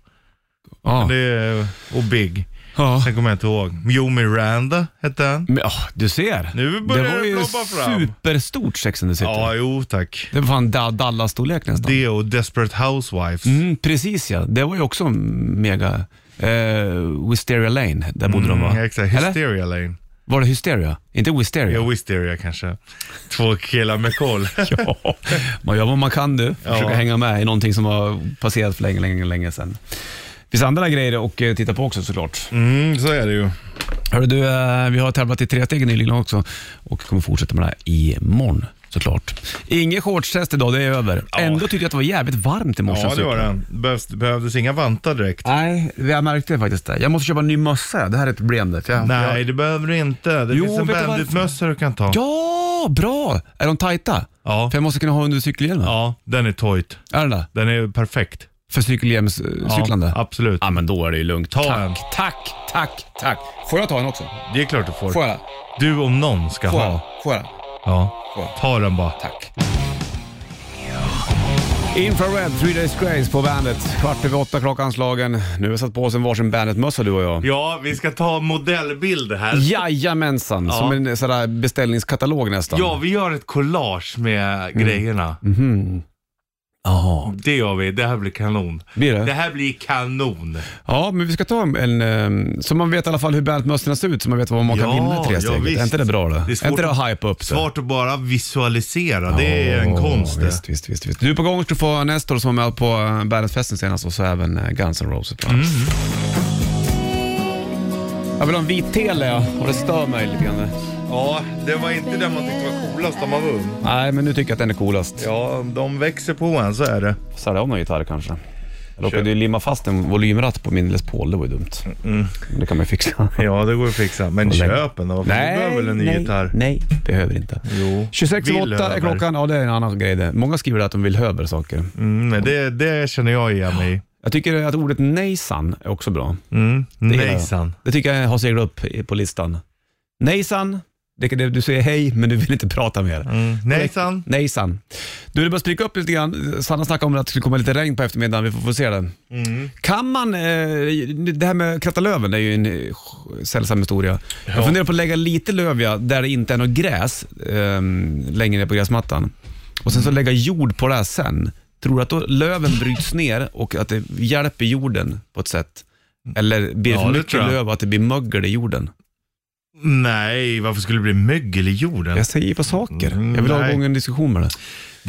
S2: Ja.
S3: Det är, och Big.
S2: ja.
S3: Sen kommer jag inte ihåg. Jo Miranda hette han.
S2: Men, ja, du ser.
S3: Nu börjar
S2: det var
S3: det
S2: ju
S3: ploppa fram.
S2: superstort Sex and the City.
S3: Ja, jo tack.
S2: Det var fan Da- Dallas-storlek nästan.
S3: Det och Desperate Housewives.
S2: Mm, precis ja, det var ju också en mega... Eh, Wisteria Lane, där bodde de va?
S3: Mm, exakt.
S2: Eller?
S3: Hysteria Lane.
S2: Var det Hysteria? Inte Wisteria?
S3: Ja, Wisteria kanske. Två killar med
S2: [laughs]
S3: koll.
S2: Ja, man gör vad man kan du. Försöka
S3: Ja.
S2: hänga med i någonting som har passerat för länge, länge, länge sedan. Det finns andra grejer att eh, titta på också såklart.
S3: Mm, så är det ju.
S2: Hörru du, eh, vi har tävlat i tre steg nyligen också och kommer fortsätta med det här imorgon såklart. Inget shortstest idag, det är över. Ändå tyckte jag att det var jävligt varmt i morse.
S3: Ja, det
S2: alltså.
S3: var den. Behövs, behövdes inga vantar direkt.
S2: Nej, jag märkte faktiskt det. Jag måste köpa en ny mössa. Det här är ett problem. det, För Alltså, jag,
S3: Nej, det behöver du inte. Det
S2: Jo,
S3: finns en
S2: vet du varför?
S3: banditmössa du kan ta.
S2: Ja, bra! Är de tajta?
S3: Ja.
S2: För jag måste kunna ha under cykelhjälmen.
S3: Ja, den är tojt.
S2: Är den det?
S3: Den är perfekt.
S2: För cykelhjälmscyklande?
S3: Ja, absolut.
S2: Ja, men då är det ju lugnt.
S3: Ta
S2: tack,
S3: en.
S2: tack, tack, tack. Får jag ta en också?
S3: Det är klart du får.
S2: Får jag?
S3: Du om någon ska
S2: Får jag?
S3: ha.
S2: Får jag? Får
S3: Ja.
S2: jag?
S3: Ta den bara.
S2: Tack. Infrared, Three Days Grace på bandet. Kvart över åtta klockanslagen. Nu har vi satt på oss en varsin Bandet-mössa du och jag.
S3: Ja, vi ska ta modellbilder här.
S2: Jajamensan, som en sån där beställningskatalog nästan.
S3: Ja, vi gör ett collage med
S2: Mm.
S3: grejerna.
S2: Mm-hmm. Jaha,
S3: Det gör vi. Det här blir kanon.
S2: blir det?
S3: Det här blir kanon.
S2: Ja, men vi ska ta en, en eh, så man vet i alla fall hur Bandet-mössorna ser ut, så man vet vad man kan
S3: Ja,
S2: vinna i tre
S3: ja,
S2: steget.
S3: visst.
S2: är inte det bra då?
S3: Det är
S2: är,
S3: svårt
S2: inte det
S3: att-
S2: att hypa upp det?
S3: Svårt att bara visualisera. Det är en
S2: Åh,
S3: konst det.
S2: Visst, visst, visst, visst. Du är på gång att få Nestor som var med på eh, Bandetfesten senast och så även eh, Guns N' Roses. bland annat.
S3: Mm.
S2: Jag vill ha en vit tele ja, och det stör mig lite grann.
S3: Ja, det var inte den man tyckte var coolast när man var ung.
S2: Nej, men nu tycker jag att den är coolast.
S3: Ja, de växer på en, så är det.
S2: Sälja av någon gitarr kanske. Jag råkade ju limma fast en volymratt på min Les Paul, det var ju dumt.
S3: Mm.
S2: Men Det kan man ju fixa.
S3: Ja, det går att fixa. Men köp en då. för [laughs] Du behöver väl en ny
S2: nej,
S3: gitarr?
S2: nej, behöver inte.
S3: Jo.
S2: 26
S3: Vill
S2: är
S3: över.
S2: klockan, ja det är en annan grej det. Många skriver att de vill höver saker.
S3: Mm, nej, det, det känner jag igen mig i.
S2: Jag tycker att ordet nejsan är också bra.
S3: Mm.
S2: Det gillar jag.
S3: Nejsan.
S2: Det tycker jag har seglat upp i- på listan. Nejsan, det, det, du säger hej men du vill inte prata mer.
S3: Mm. Nejsan.
S2: Nejsan. Du, det börjar spricka upp lite grann. Sanna snackade om att det skulle komma lite regn på eftermiddagen. Vi får, få se den.
S3: Mm.
S2: Kan man, eh, det här med kratta löven är ju en eh, sällsam historia. Jag funderar på att lägga lite löv ja, där det inte är något gräs eh, längre ner på gräsmattan. Och
S3: Mm.
S2: sen så lägga jord på det här sen. Tror du att då löven bryts ner och att det hjälper jorden på ett sätt? Eller blir det
S3: Ja,
S2: för
S3: det
S2: mycket
S3: tror jag.
S2: löv och att det blir mögel i jorden?
S3: Nej, varför skulle det bli mögel i jorden?
S2: Jag säger på saker.
S3: Mm,
S2: jag vill ha
S3: nej.
S2: igång en diskussion med det.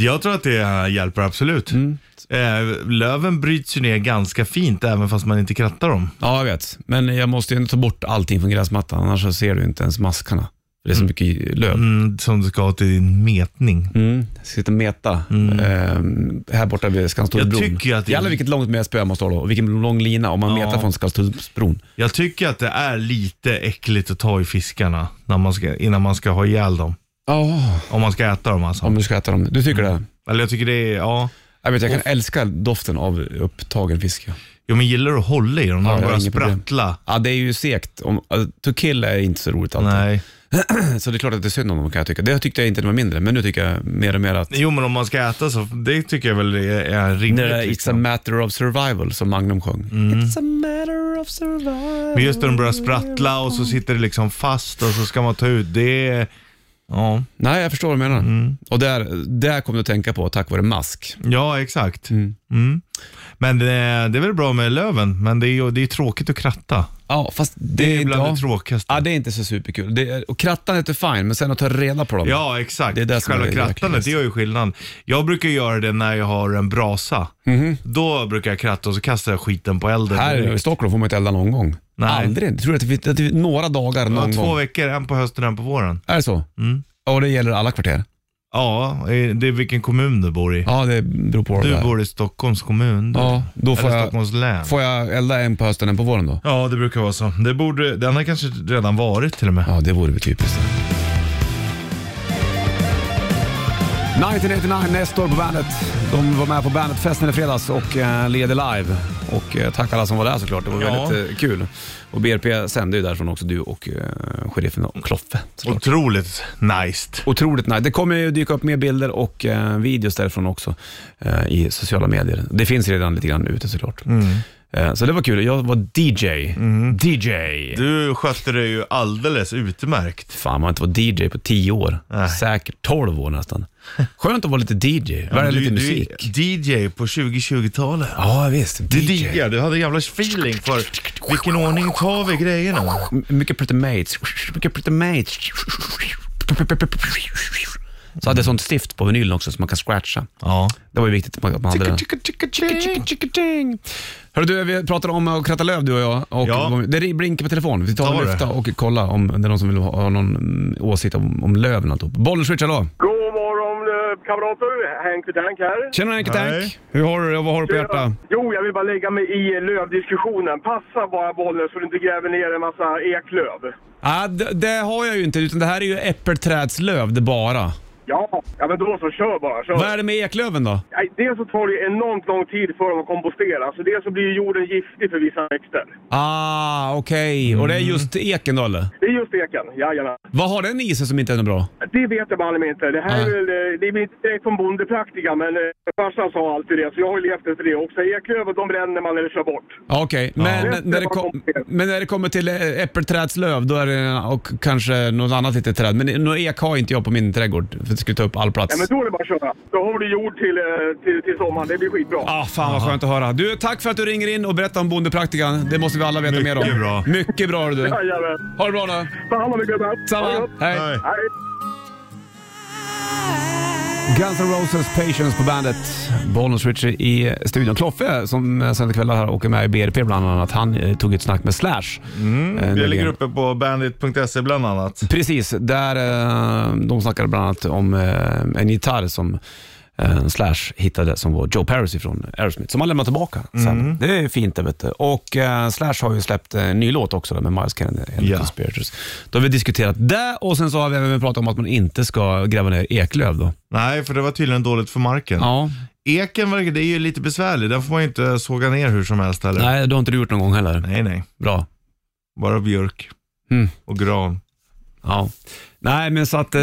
S3: Jag tror att det eh, hjälper absolut.
S2: Mm.
S3: Eh, löven bryts ju ner ganska fint även fast man inte krattar dem.
S2: Ja, jag vet. Men jag måste ju ändå ta bort allting från gräsmattan, annars så ser du inte ens maskarna. Det är så mycket löv.
S3: Mm, som du ska ha till din metning.
S2: Mm. Sitter och meta ehm, här borta vid Skanstullsbron.
S3: Mm. Jag tycker att det-
S2: Jävlar vilket långt med spö jag måste hålla och vilken lång lina om man
S3: Ja.
S2: metar från Skanstullsbron.
S3: Jag tycker att det är lite äckligt att ta i fiskarna när man ska, innan man ska ha ihjäl dem.
S2: Ja,
S3: Om man ska äta dem alltså.
S2: om du ska äta dem. Du tycker det?
S3: Eller jag tycker det är, ja.
S2: Jag, vet, jag kan älska doften av upptagen fisk. Ja,
S3: Jo men gillar du att hålla i dem när
S2: Ja,
S3: de
S2: jag har
S3: börjar
S2: inget problem.
S3: sprattla?
S2: ja det är ju segt. Om, alltså, to kill är inte så roligt alltid.
S3: Nej.
S2: [laughs] Så det är klart att det är synd om dem kan jag tycka. Det tyckte jag inte när jag var mindre, men nu tycker jag mer och mer att
S3: Jo men om man ska äta så, det tycker jag väl är, är
S2: Det
S3: rimligt.
S2: där It's a
S3: liksom.
S2: matter of survival som Magnum sjöng. It's a matter of survival. Mm.
S3: Men just när de börjar sprattla och så sitter det liksom fast och så ska man ta ut. Det är, Ja,
S2: Nej, jag förstår vad du menar. Och där, där kom du att tänka på, tack vare mask.
S3: ja exakt. Mm. Men det, det är väl bra med Löven, men det är ju det är tråkigt att kratta.
S2: Ja, fast det,
S3: Det är bland
S2: ja.
S3: det tråkigaste.
S2: Ja, det är inte så superkul. Det är, och krattandet är fine, men sen att ta reda på dem.
S3: Ja, exakt.
S2: Det är det som
S3: Själva
S2: är det
S3: krattandet,
S2: jäkligaste.
S3: det gör ju skillnad. Jag brukar göra det när jag har en brasa. Då brukar jag kratta och så kastar jag skiten på elden.
S2: Mhm. Här i
S3: direkt.
S2: Stockholm får man inte elda någon gång.
S3: Nej.
S2: Aldrig. Jag tror att det, finns- att det finns några dagar
S3: Ja,
S2: någon
S3: två
S2: gång.
S3: veckor, en på hösten och en på våren.
S2: Är det så?
S3: Mm.
S2: Och det gäller alla kvarter?
S3: Ja, eh, det är vilken kommun du bor i.
S2: Ja, det beror på. vad det
S3: Du
S2: är.
S3: bor i Stockholms kommun. du.
S2: Ja, då får
S3: Eller
S2: jag,
S3: Stockholms län.
S2: får jag elda en på hösten, en på våren då?
S3: Ja, det brukar vara så. Det borde, den har kanske redan varit till och med.
S2: Ja, det vore väl typiskt. 1989 nästa år på bandet. De var med på Bandet-festen i fredags och eh, leder live. Och eh, tack alla som var där såklart, det var
S3: Ja.
S2: väldigt eh, kul. Och BRP sände ju därifrån också, du och eh, sheriffen och Kloffe. såklart.
S3: Otroligt nice.
S2: Otroligt nice. Det kommer ju dyka upp mer bilder och eh, videos därifrån också eh, i sociala medier. Det finns redan lite grann ute såklart. Eh, så det var kul. Jag var DJ. DJ.
S3: Du skötte det ju alldeles utmärkt.
S2: Fan, man har inte varit DJ på 10 år. Säkert 12 år nästan. Skönt att vara lite DJ, välja
S3: du,
S2: lite
S3: du är
S2: musik.
S3: DJ på 2020-talet.
S2: Ja, visst.
S3: Du
S2: DJ.
S3: diggar, du hade jävla feeling för vilken ordning tar vi grejerna?
S2: M- Mycket pretty mates. Mycket pretty mates. Så hade jag sånt stift på vinylen också som man kan scratcha.
S3: Ja.
S2: Det var ju viktigt att man att man hade det. Hörru du, vi pratade om att kratta löv du och jag. Och
S3: Ja.
S2: Det blinkar på telefon. Vi
S3: Ta
S2: tar och
S3: det.
S2: lyfta och kolla om det är någon som vill ha ha någon mm, åsikt om, om löven och alltihop. Bollen switch, hallå.
S9: God morgon eh, kamrater, Hank the Tank här.
S2: Tjena Henke
S3: Hej.
S2: Tank. Hur har du det och vad har du på hjärtat?
S9: Jo, jag vill bara lägga mig i lövdiskussionen. Passa bara bollen så du inte gräver ner en massa eklöv.
S2: Ja, det, det har jag ju inte, utan det här är ju äppelträdslöv det bara.
S9: Ja, ja men då så, kör bara. Kör.
S2: Vad är det med eklöven då?
S9: Nej, Dels så tar det ju enormt lång tid för dem att kompostera, så dels så blir ju jorden giftig för vissa växter.
S2: Ah, okej. Och det är just eken då eller?
S9: Det är just eken, jajamän.
S2: Vad har den i sig som inte är något bra?
S9: Det vet jag banne mig inte. Det här är
S2: Nej.
S9: väl, eh, det är väl inte direkt från bondepraktika, men eh, farsan sa alltid det, så jag har ju levt efter det också. Eklöven, de bränner man eller kör bort.
S2: Ja, Ah, Okej, men,
S9: Ja.
S2: när det kom- men när det kommer till eh, äppelträdslöv då är det, eh, och kanske något annat litet träd. Men någon ek har inte jag på min trädgård för det skulle ta upp all plats.
S9: Ja, men då är det bara att köra. Då har du jord till, eh, till, till sommaren. Det blir skitbra.
S2: Ah, fan vad skönt att höra. Du, tack för att du ringer in och berättar om bondepraktikan. Det måste vi alla veta mer om.
S3: Mycket bra.
S2: Mycket bra du.
S9: Jajamän.
S2: Ha det bra nu.
S9: Ta hand om er gubbar. Ha det
S2: Samma.
S9: gott.
S2: Hej.
S3: Nej.
S9: Hej.
S2: Guns N' Roses Patience på bandet. Bollnäs Richie i studion. Kloffe som eh, sänder kvällar här och är med i BRP bland annat. Han eh, tog ett snack med Slash. eh,
S3: Mm, Jag ligger
S2: nyligen.
S3: uppe på bandit.se E bland annat.
S2: Precis, där eh, de snackade bland annat om eh, en gitarr som eh, Slash hittade som var Joe Paris ifrån Aerosmith som han lämnade tillbaka sen.
S3: Mm.
S2: Det är fint det vet du. Och eh, Slash har ju släppt eh, en ny låt också där med Miles Kennedy and
S3: Ja.
S2: the Conspirators. Då har vi diskuterat det och sen så har vi även pratat om att man inte ska gräva ner eklöv då.
S3: Nej, för det var tydligen dåligt för marken.
S2: Ja,
S3: Eken verkar, det är ju lite besvärlig. Den får man ju inte såga ner hur som helst heller.
S2: nej det har inte du gjort någon gång heller.
S3: nej. nej.
S2: Bra.
S3: Bara björk
S2: Mm.
S3: och gran.
S2: Ja. Nej, men så att, eh,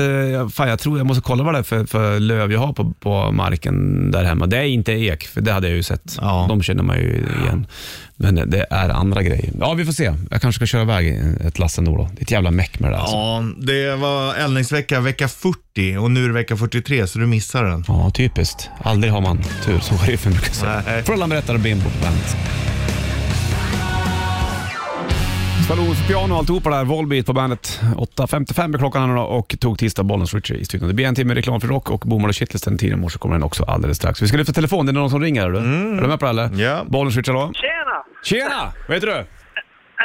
S2: fan jag tror jag måste kolla vad det är för, för löv jag har på, på marken där hemma. Det är inte ek, för det hade jag ju sett.
S3: Ja.
S2: De känner man ju igen. Men det är andra grejer. Ja, vi får se. Jag kanske ska köra iväg ett lass ändå. Då. Det är ett jävla meck med det där. Alltså.
S3: Ja, det var eldningsvecka vecka 40 och nu är det vecka 43 så du missar den.
S2: Ja, typiskt. Aldrig har man tur, som sheriffen brukar
S3: Nej.
S2: säga. Frullan berättar och Bimbo på bandet. Stallones piano och alltihopa där, Volbeat på bandet. 8.55 är klockan här nu då och tog tisdag bollens Richie i studion. Det blir en timme reklam för rock och Bommar och Kittlers den tiden i morse kommer den också alldeles strax. Vi ska lyfta telefon, det är någon som ringer. Är du, är du med på det eller?
S3: Mm. Ja.
S2: Bollens Richie, hallå?
S8: Tjena!
S2: Tjena! Vad heter du?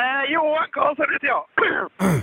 S8: Eh, Johan Karlsson heter jag.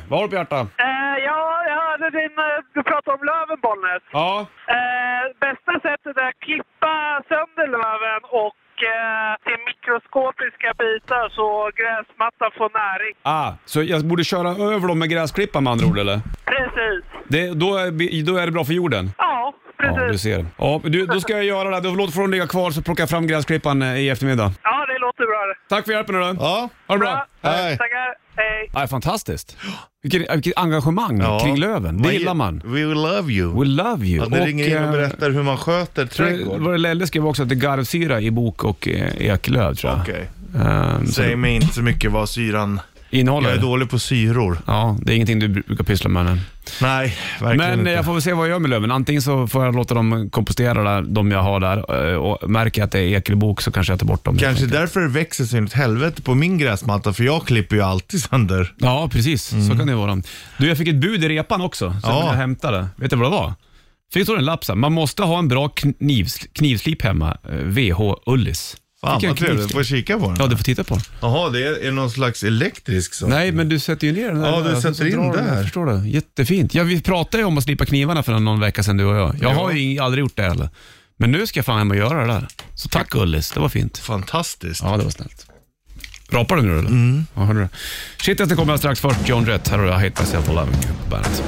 S2: Vad har du på hjärtat?
S8: Eh, ja, jag hörde din... eh, Du pratade om löven, Bollnäs.
S2: Ja.
S8: Eh, bästa sättet är att klippa sönder löven och eh, till mikroskopiska bitar så gräsmattan får näring.
S2: Ah, så jag borde köra över dem med gräsklippan med andra ord eller?
S8: Precis.
S2: Det, då, är, vi- då är det bra för jorden?
S8: Ja,
S2: Ja, du
S8: precis.
S2: ser. Ja, men du, då ska jag göra det. här. Du får låta från ligga kvar så plockar jag fram gräsklippan eh, i eftermiddag.
S8: Ja, det låter bra det.
S2: Tack för hjälpen hörru.
S3: Ja,
S2: Ha det bra.
S3: hej.
S8: Tackar. Hej.
S2: Ja, fantastiskt. Vilket, vilket engagemang
S3: Ja.
S2: kring löven. Det gillar man.
S3: We love you.
S2: We love you.
S3: Ja, det ringer in och
S2: eh,
S3: berättar hur man sköter
S2: tror jag-
S3: trädgård.
S2: Vad Lelle skrev också att det är garvsyra i bok och eh, eklöv tror jag.
S3: Okej,
S2: Ehm, så
S3: säg mig inte så mycket vad syran...
S2: innehåller.
S3: Jag är dålig på syror.
S2: Ja, det är ingenting du brukar pyssla med. men-
S3: Nej, verkligen
S2: Men eh,
S3: inte.
S2: jag får väl se vad jag gör med löven. Antingen så får jag låta dem kompostera där, de jag har där. eh, Och märker jag att det är ekelbok så kanske jag tar bort dem.
S3: Kanske därför det växer så in åt helvete på min gräsmatta, för jag klipper ju alltid sönder.
S2: Ja, precis. Så kan det vara. Du, jag fick ett bud i repan också, som
S3: Mm. Ja.
S2: jag hämtade. Vet du vad det var? Fick så en lapp så här, man måste ha en bra knivs, knivslip hemma, eh, VH Ullis.
S3: Fan
S2: Fick jag en
S3: vad trevligt,
S2: knivslip.
S3: får kika på den.
S2: Ja, du får titta på den.
S3: Jaha, det är, är det någon slags elektrisk sak?
S2: Nej, men du sätter ju ner den.
S3: Ja, du
S2: där,
S3: sätter
S2: så
S3: in
S2: drar du den.
S3: där.
S2: Jag förstår det. Jättefint. Ja, vi pratade ju om att slipa knivarna för någon vecka sedan du och jag. Jag har ju ing- aldrig gjort det heller. Men nu ska jag fan hem och göra det där. Så tack Ullis, det var fint.
S3: Fantastiskt.
S2: Ja, det var snällt. Rapar du nu eller? Mm. Ja, hörde du. Shitlisten kommer alldeles strax. Först John Jett. Här har du I Hate Myself for Loving You på bandet.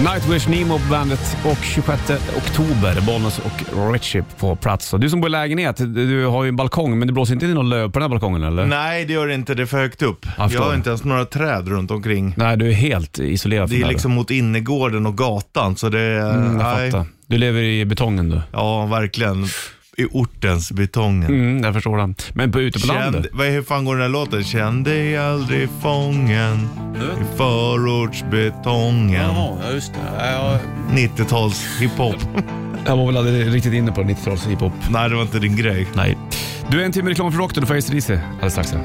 S2: Nightwish Nemo på bandet och 26 oktober, Bollnäs och Richie på plats. Och Du som bor i lägenhet, du har ju en balkong, men det blåser inte in någon löv på den här balkongen eller?
S3: Nej, det gör det inte. Det är för högt upp.
S2: förstår.
S3: Jag har inte ens några träd runt omkring.
S2: Nej, du är helt isolerad från
S3: Det är
S2: världen.
S3: liksom mot innergården och gatan, så det är...
S2: Mm, jag
S3: nej.
S2: fattar. Du lever i betongen du.
S3: Ja, verkligen. I ortens betongen.
S2: Mm, jag förstår det. Men på, ute på
S3: Känd,
S2: landet?
S3: vad, hur fan går den här låten? Känn dig aldrig fången i förortsbetongen.
S2: ja just det. Jag,
S3: 90-tals hiphop.
S2: jag var väl aldrig riktigt inne på 90-tals hiphop.
S3: [laughs] Nej, det var inte din grej.
S2: Nej. Du är en timme reklam för Rock, då du får ACDC alldeles strax. här.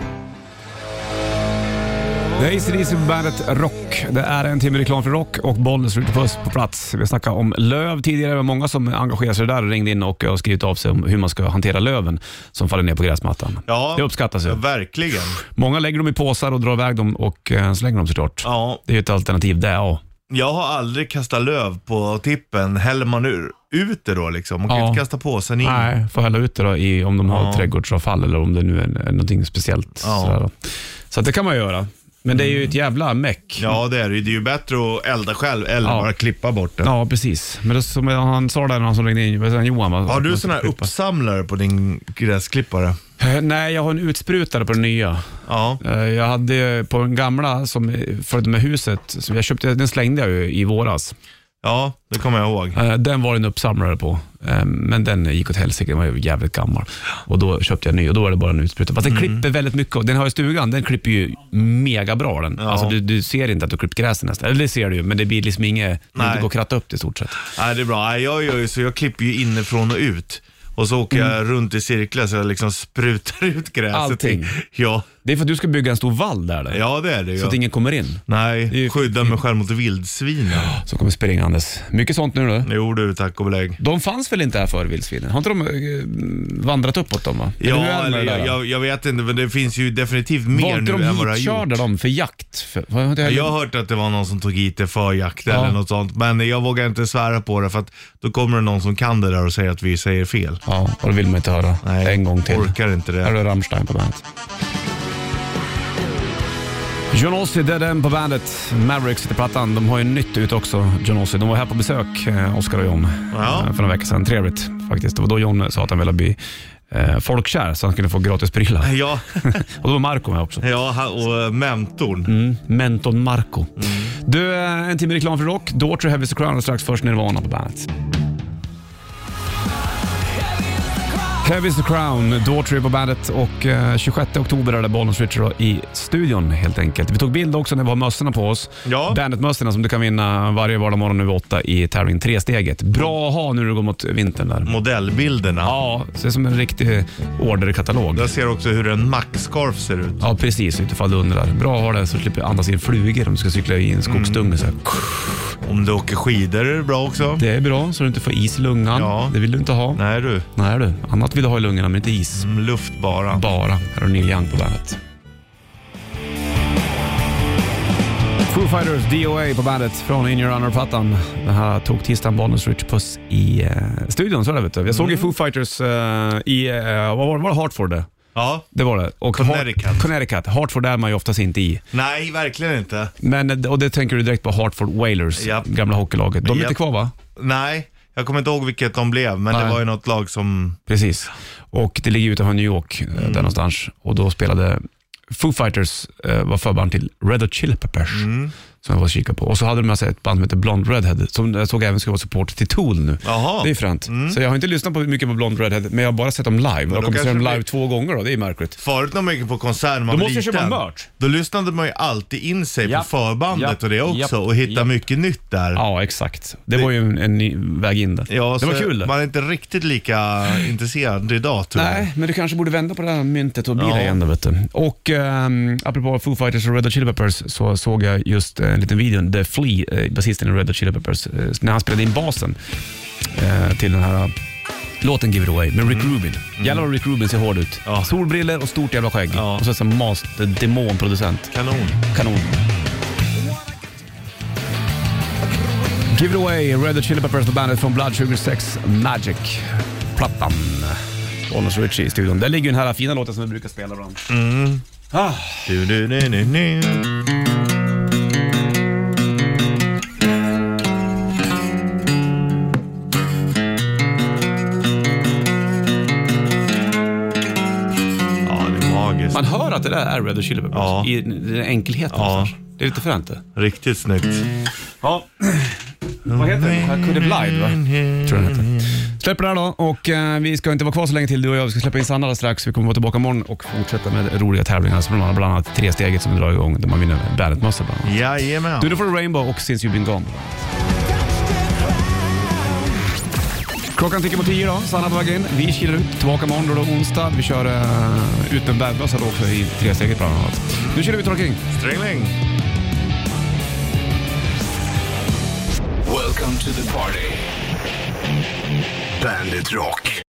S2: Det är ACDC på bandet Rock. Det är en timme reklam för Rock och Bollnäs ute på, på plats. Vi snackade om löv tidigare. Det var många som engagerade sig där och ringde in och har skrivit av sig om hur man ska hantera löven som faller ner på gräsmattan.
S3: Ja.
S2: Det uppskattas ju.
S3: Ja, verkligen.
S2: Många lägger dem i påsar och drar iväg dem och eh, slänger dem såklart.
S3: Ja,
S2: Det är ju ett alternativ det, ja.
S3: jag har aldrig kastat löv på tippen. Häller man ur, ut det då liksom? Man kan
S2: Ja.
S3: ju inte kasta påsen in.
S2: Nej, får hälla ut det då i, om de har
S3: Ja.
S2: trädgårdsavfall eller om det nu är, är någonting speciellt.
S3: Ja.
S2: sådär då. Så att det kan man göra. Men det är ju ett jävla meck.
S3: Ja, det är det ju. Det är ju bättre att elda själv eller
S2: Ja.
S3: bara klippa bort det.
S2: Ja, precis. Men det, som han sa där när han som ringde in, vad sa han, Johan va?
S3: Har
S2: Att
S3: du
S2: man ska
S3: sån här
S2: klippa.
S3: uppsamlare på din gräsklippare?
S2: Eh, Nej, jag har en utsprutare på den nya.
S3: Ja.
S2: Eh, Jag hade eh, på den gamla som eh, följde med huset, som jag köpte, den slängde jag ju i våras.
S3: Ja, det kommer jag ihåg.
S2: Eh, Den var det en uppsamlare på, Eh, men den gick åt helsike. Den var ju jävligt gammal. Och Då köpte jag en ny och då var det bara en utsprutad. Fast den
S3: Mm.
S2: klipper väldigt mycket. Och Den har i stugan, den klipper ju mega bra den.
S3: Ja.
S2: Alltså, du, du ser inte att du klippt gräset nästan. Eller det ser du ju, men det blir liksom inget...
S3: Nej.
S2: Det går att kratta upp det i stort sett.
S3: Nej, det är bra. Nej, jag gör ju så. Jag klipper ju inifrån och ut. Och så åker jag runt i cirklar så jag liksom sprutar [laughs] ut gräset.
S2: Mm. Allting.
S3: Ja,
S2: Det är för att du ska bygga en stor vall där. där.
S3: ja det är det ju.
S2: Så att ingen kommer in.
S3: Nej,
S2: Det är ju-
S3: skydda mig själv mot vildsvinen.
S2: Så kommer springandes. Mycket sånt nu då.
S3: Jo du, tack och belägg.
S2: De fanns väl inte här förr, vildsvinen? Har inte de eh, vandrat uppåt dem? Va?
S3: Ja,
S2: hur är det med
S3: eller,
S2: det där, då?
S3: jag, jag, jag vet inte, men det finns ju definitivt
S2: var
S3: mer
S2: inte
S3: nu
S2: de
S3: än vad det har
S2: hitkörda
S3: gjort.
S2: de för jakt? För, vad har inte jag-
S3: Jag har hört att det var någon som tog hit det för jakt
S2: Ja.
S3: eller något sånt, men jag vågar inte svära på det för att då kommer det någon som kan det där och säger att vi säger fel.
S2: Ja, och det vill man inte höra.
S3: Nej,
S2: en gång till.
S3: Orkar inte
S2: Här
S3: det.
S2: är Rammstein på bandet. John Ossie, Dead End på bandet. Mavericks heter plattan. De har ju nytt ut också, John Ossie. De var här på besök, eh, Oscar och John,
S3: Ja.
S2: eh, för några veckor sedan. Trevligt faktiskt. Det var då John sa att han ville bli eh, folkkär så han kunde få gratis prylar.
S3: Ja,
S2: [laughs]
S3: [laughs]
S2: och då var Marco med också.
S3: ja han- och eh, mentorn.
S2: Mm, mentorn Marco. Du, eh, en timme reklam för rock. Daughter, Heavy is the Crown och strax först Nirvana på bandet. Heavy is the Crown, Daughtry på bandet och eh, 26 oktober är det Bollnäs Richard då i studion helt enkelt. Vi tog bild också när vi har mössorna på oss.
S3: Ja.
S2: Bandet-mössorna som du kan vinna varje vardagsmorgon nu vid åtta i tävling Tresteget. Bra att ha nu när du går mot vintern där.
S3: Modellbilderna.
S2: Ja, ser som en riktig orderkatalog.
S3: Jag ser också hur en maxscarf ser ut.
S2: Ja, precis. Utifall du undrar. Bra att ha det så slipper du andas in flugor om du ska cykla i en skogsdunge. Så här.
S3: Om du åker skidor är det bra också.
S2: Det är bra så du inte får is i lungan.
S3: Ja.
S2: Det vill du inte ha. Nej.
S3: Nej du,
S2: du. Annat vill du ha i lungorna, men inte is.
S3: Mm, luft bara.
S2: Bara. Här har du Neil Young på bandet. Foo Fighters DOA på bandet från In Your Honor-plattan. Den här tog tisdagen Bonus Rich Puss i eh, studion. Så är det, vet du. Jag såg ju Foo Fighters eh, i, eh, vad var det, var det Hartford? det?
S3: Ja.
S2: Det var det. Och
S3: Connecticut.
S2: Hart- Connecticut. Hartford är man ju oftast inte i.
S3: Nej, verkligen inte.
S2: Men, eh, och det tänker du direkt på Hartford Whalers,
S3: Japp.
S2: gamla hockeylaget. De är inte
S3: Japp.
S2: kvar va?
S3: Nej, jag kommer inte ihåg vilket de blev, men
S2: Nej.
S3: det var ju något lag som...
S2: Precis. Och det ligger utanför New York, eh,
S3: Mm.
S2: där
S3: Mm.
S2: någonstans. Och då spelade Foo Fighters, eh, var förband till Red Hot Chili Peppers. Som jag var och kikade på. Och så hade de med sig ett band som heter Blonde Redhead, som jag såg även skulle vara support till Tool nu.
S3: Jaha. Mm.
S2: Det är fränt. Så jag har inte lyssnat på mycket på Blonde Redhead, men jag har bara sett dem live. Jag kommer se
S3: kanske
S2: dem
S3: det
S2: live
S3: blir-
S2: två gånger då, det är märkligt.
S3: Förut när man gick på konsert när man
S2: Då
S3: var
S2: måste jag
S3: liten,
S2: köpa merch.
S3: Då lyssnade man ju alltid in sig
S6: Japp,
S3: på förbandet
S6: japp,
S3: och det också
S6: japp,
S3: och hittade
S6: japp.
S3: mycket nytt där.
S2: Ja, exakt. Det, var ju en, en ny väg in där.
S3: Ja,
S2: det
S3: så
S2: var kul.
S3: Man är inte riktigt lika intresserad idag tror jag.
S2: Nej, men du kanske borde vända på det här myntet och bli
S3: Ja.
S2: det igen då, vet du. Och um, apropå Foo Fighters och Red Hot Chili Peppers så såg jag just eh, en liten video där Flea, eh, basisten i Red Hot Chili Peppers, eh, när han spelade in basen eh, till den här eh, låten Give It Away med Rick Rubin. Jävlar vad Rick Rubin ser hård ut.
S3: Mm. Ja.
S2: Solbriller och stort jävla skägg.
S3: Ja.
S2: Och så en master demonproducent.
S3: Kanon.
S2: Kanon. Give It Away, Red Hot Chili Peppers på bandet från Blood Sugar Sex Magic. Plattan. Bonus Richie i studion. Där ligger ju den här fina låten som vi brukar spela ibland.
S3: Mm.
S2: Ah,
S3: Du, du, du, du, du. Ja, det är magiskt.
S2: man hör att det där är Red Hot Chili Peppers
S3: Ja.
S2: i den enkelheten.
S3: Ja.
S2: någonstans. Det är lite fränt det.
S3: Riktigt snyggt.
S2: [clears throat] Vad heter den? I Could Have Lied va? Tror jag den heter. Släpp det där då och eh, vi ska inte vara kvar så länge till du och jag. Vi ska släppa in Sanna alldeles strax. Vi kommer vara tillbaka imorgon och fortsätta med roliga tävlingar. Som bland annat tresteget som vi drar igång där man vinner Bandet-mössa bland annat.
S3: Jajamän.
S2: Du, nu får du Rainbow och Since You've Been Gone. Klockan tickar mot tio då, Sanna på väg in. Vi kilar ut, tillbaka imorgon då är det onsdag. Vi kör eh, ut med bandmössa då också i tresteget bland annat. Nu kör vi Torra King.
S3: Strängling.
S1: Welcome to the party. Bandit Rock.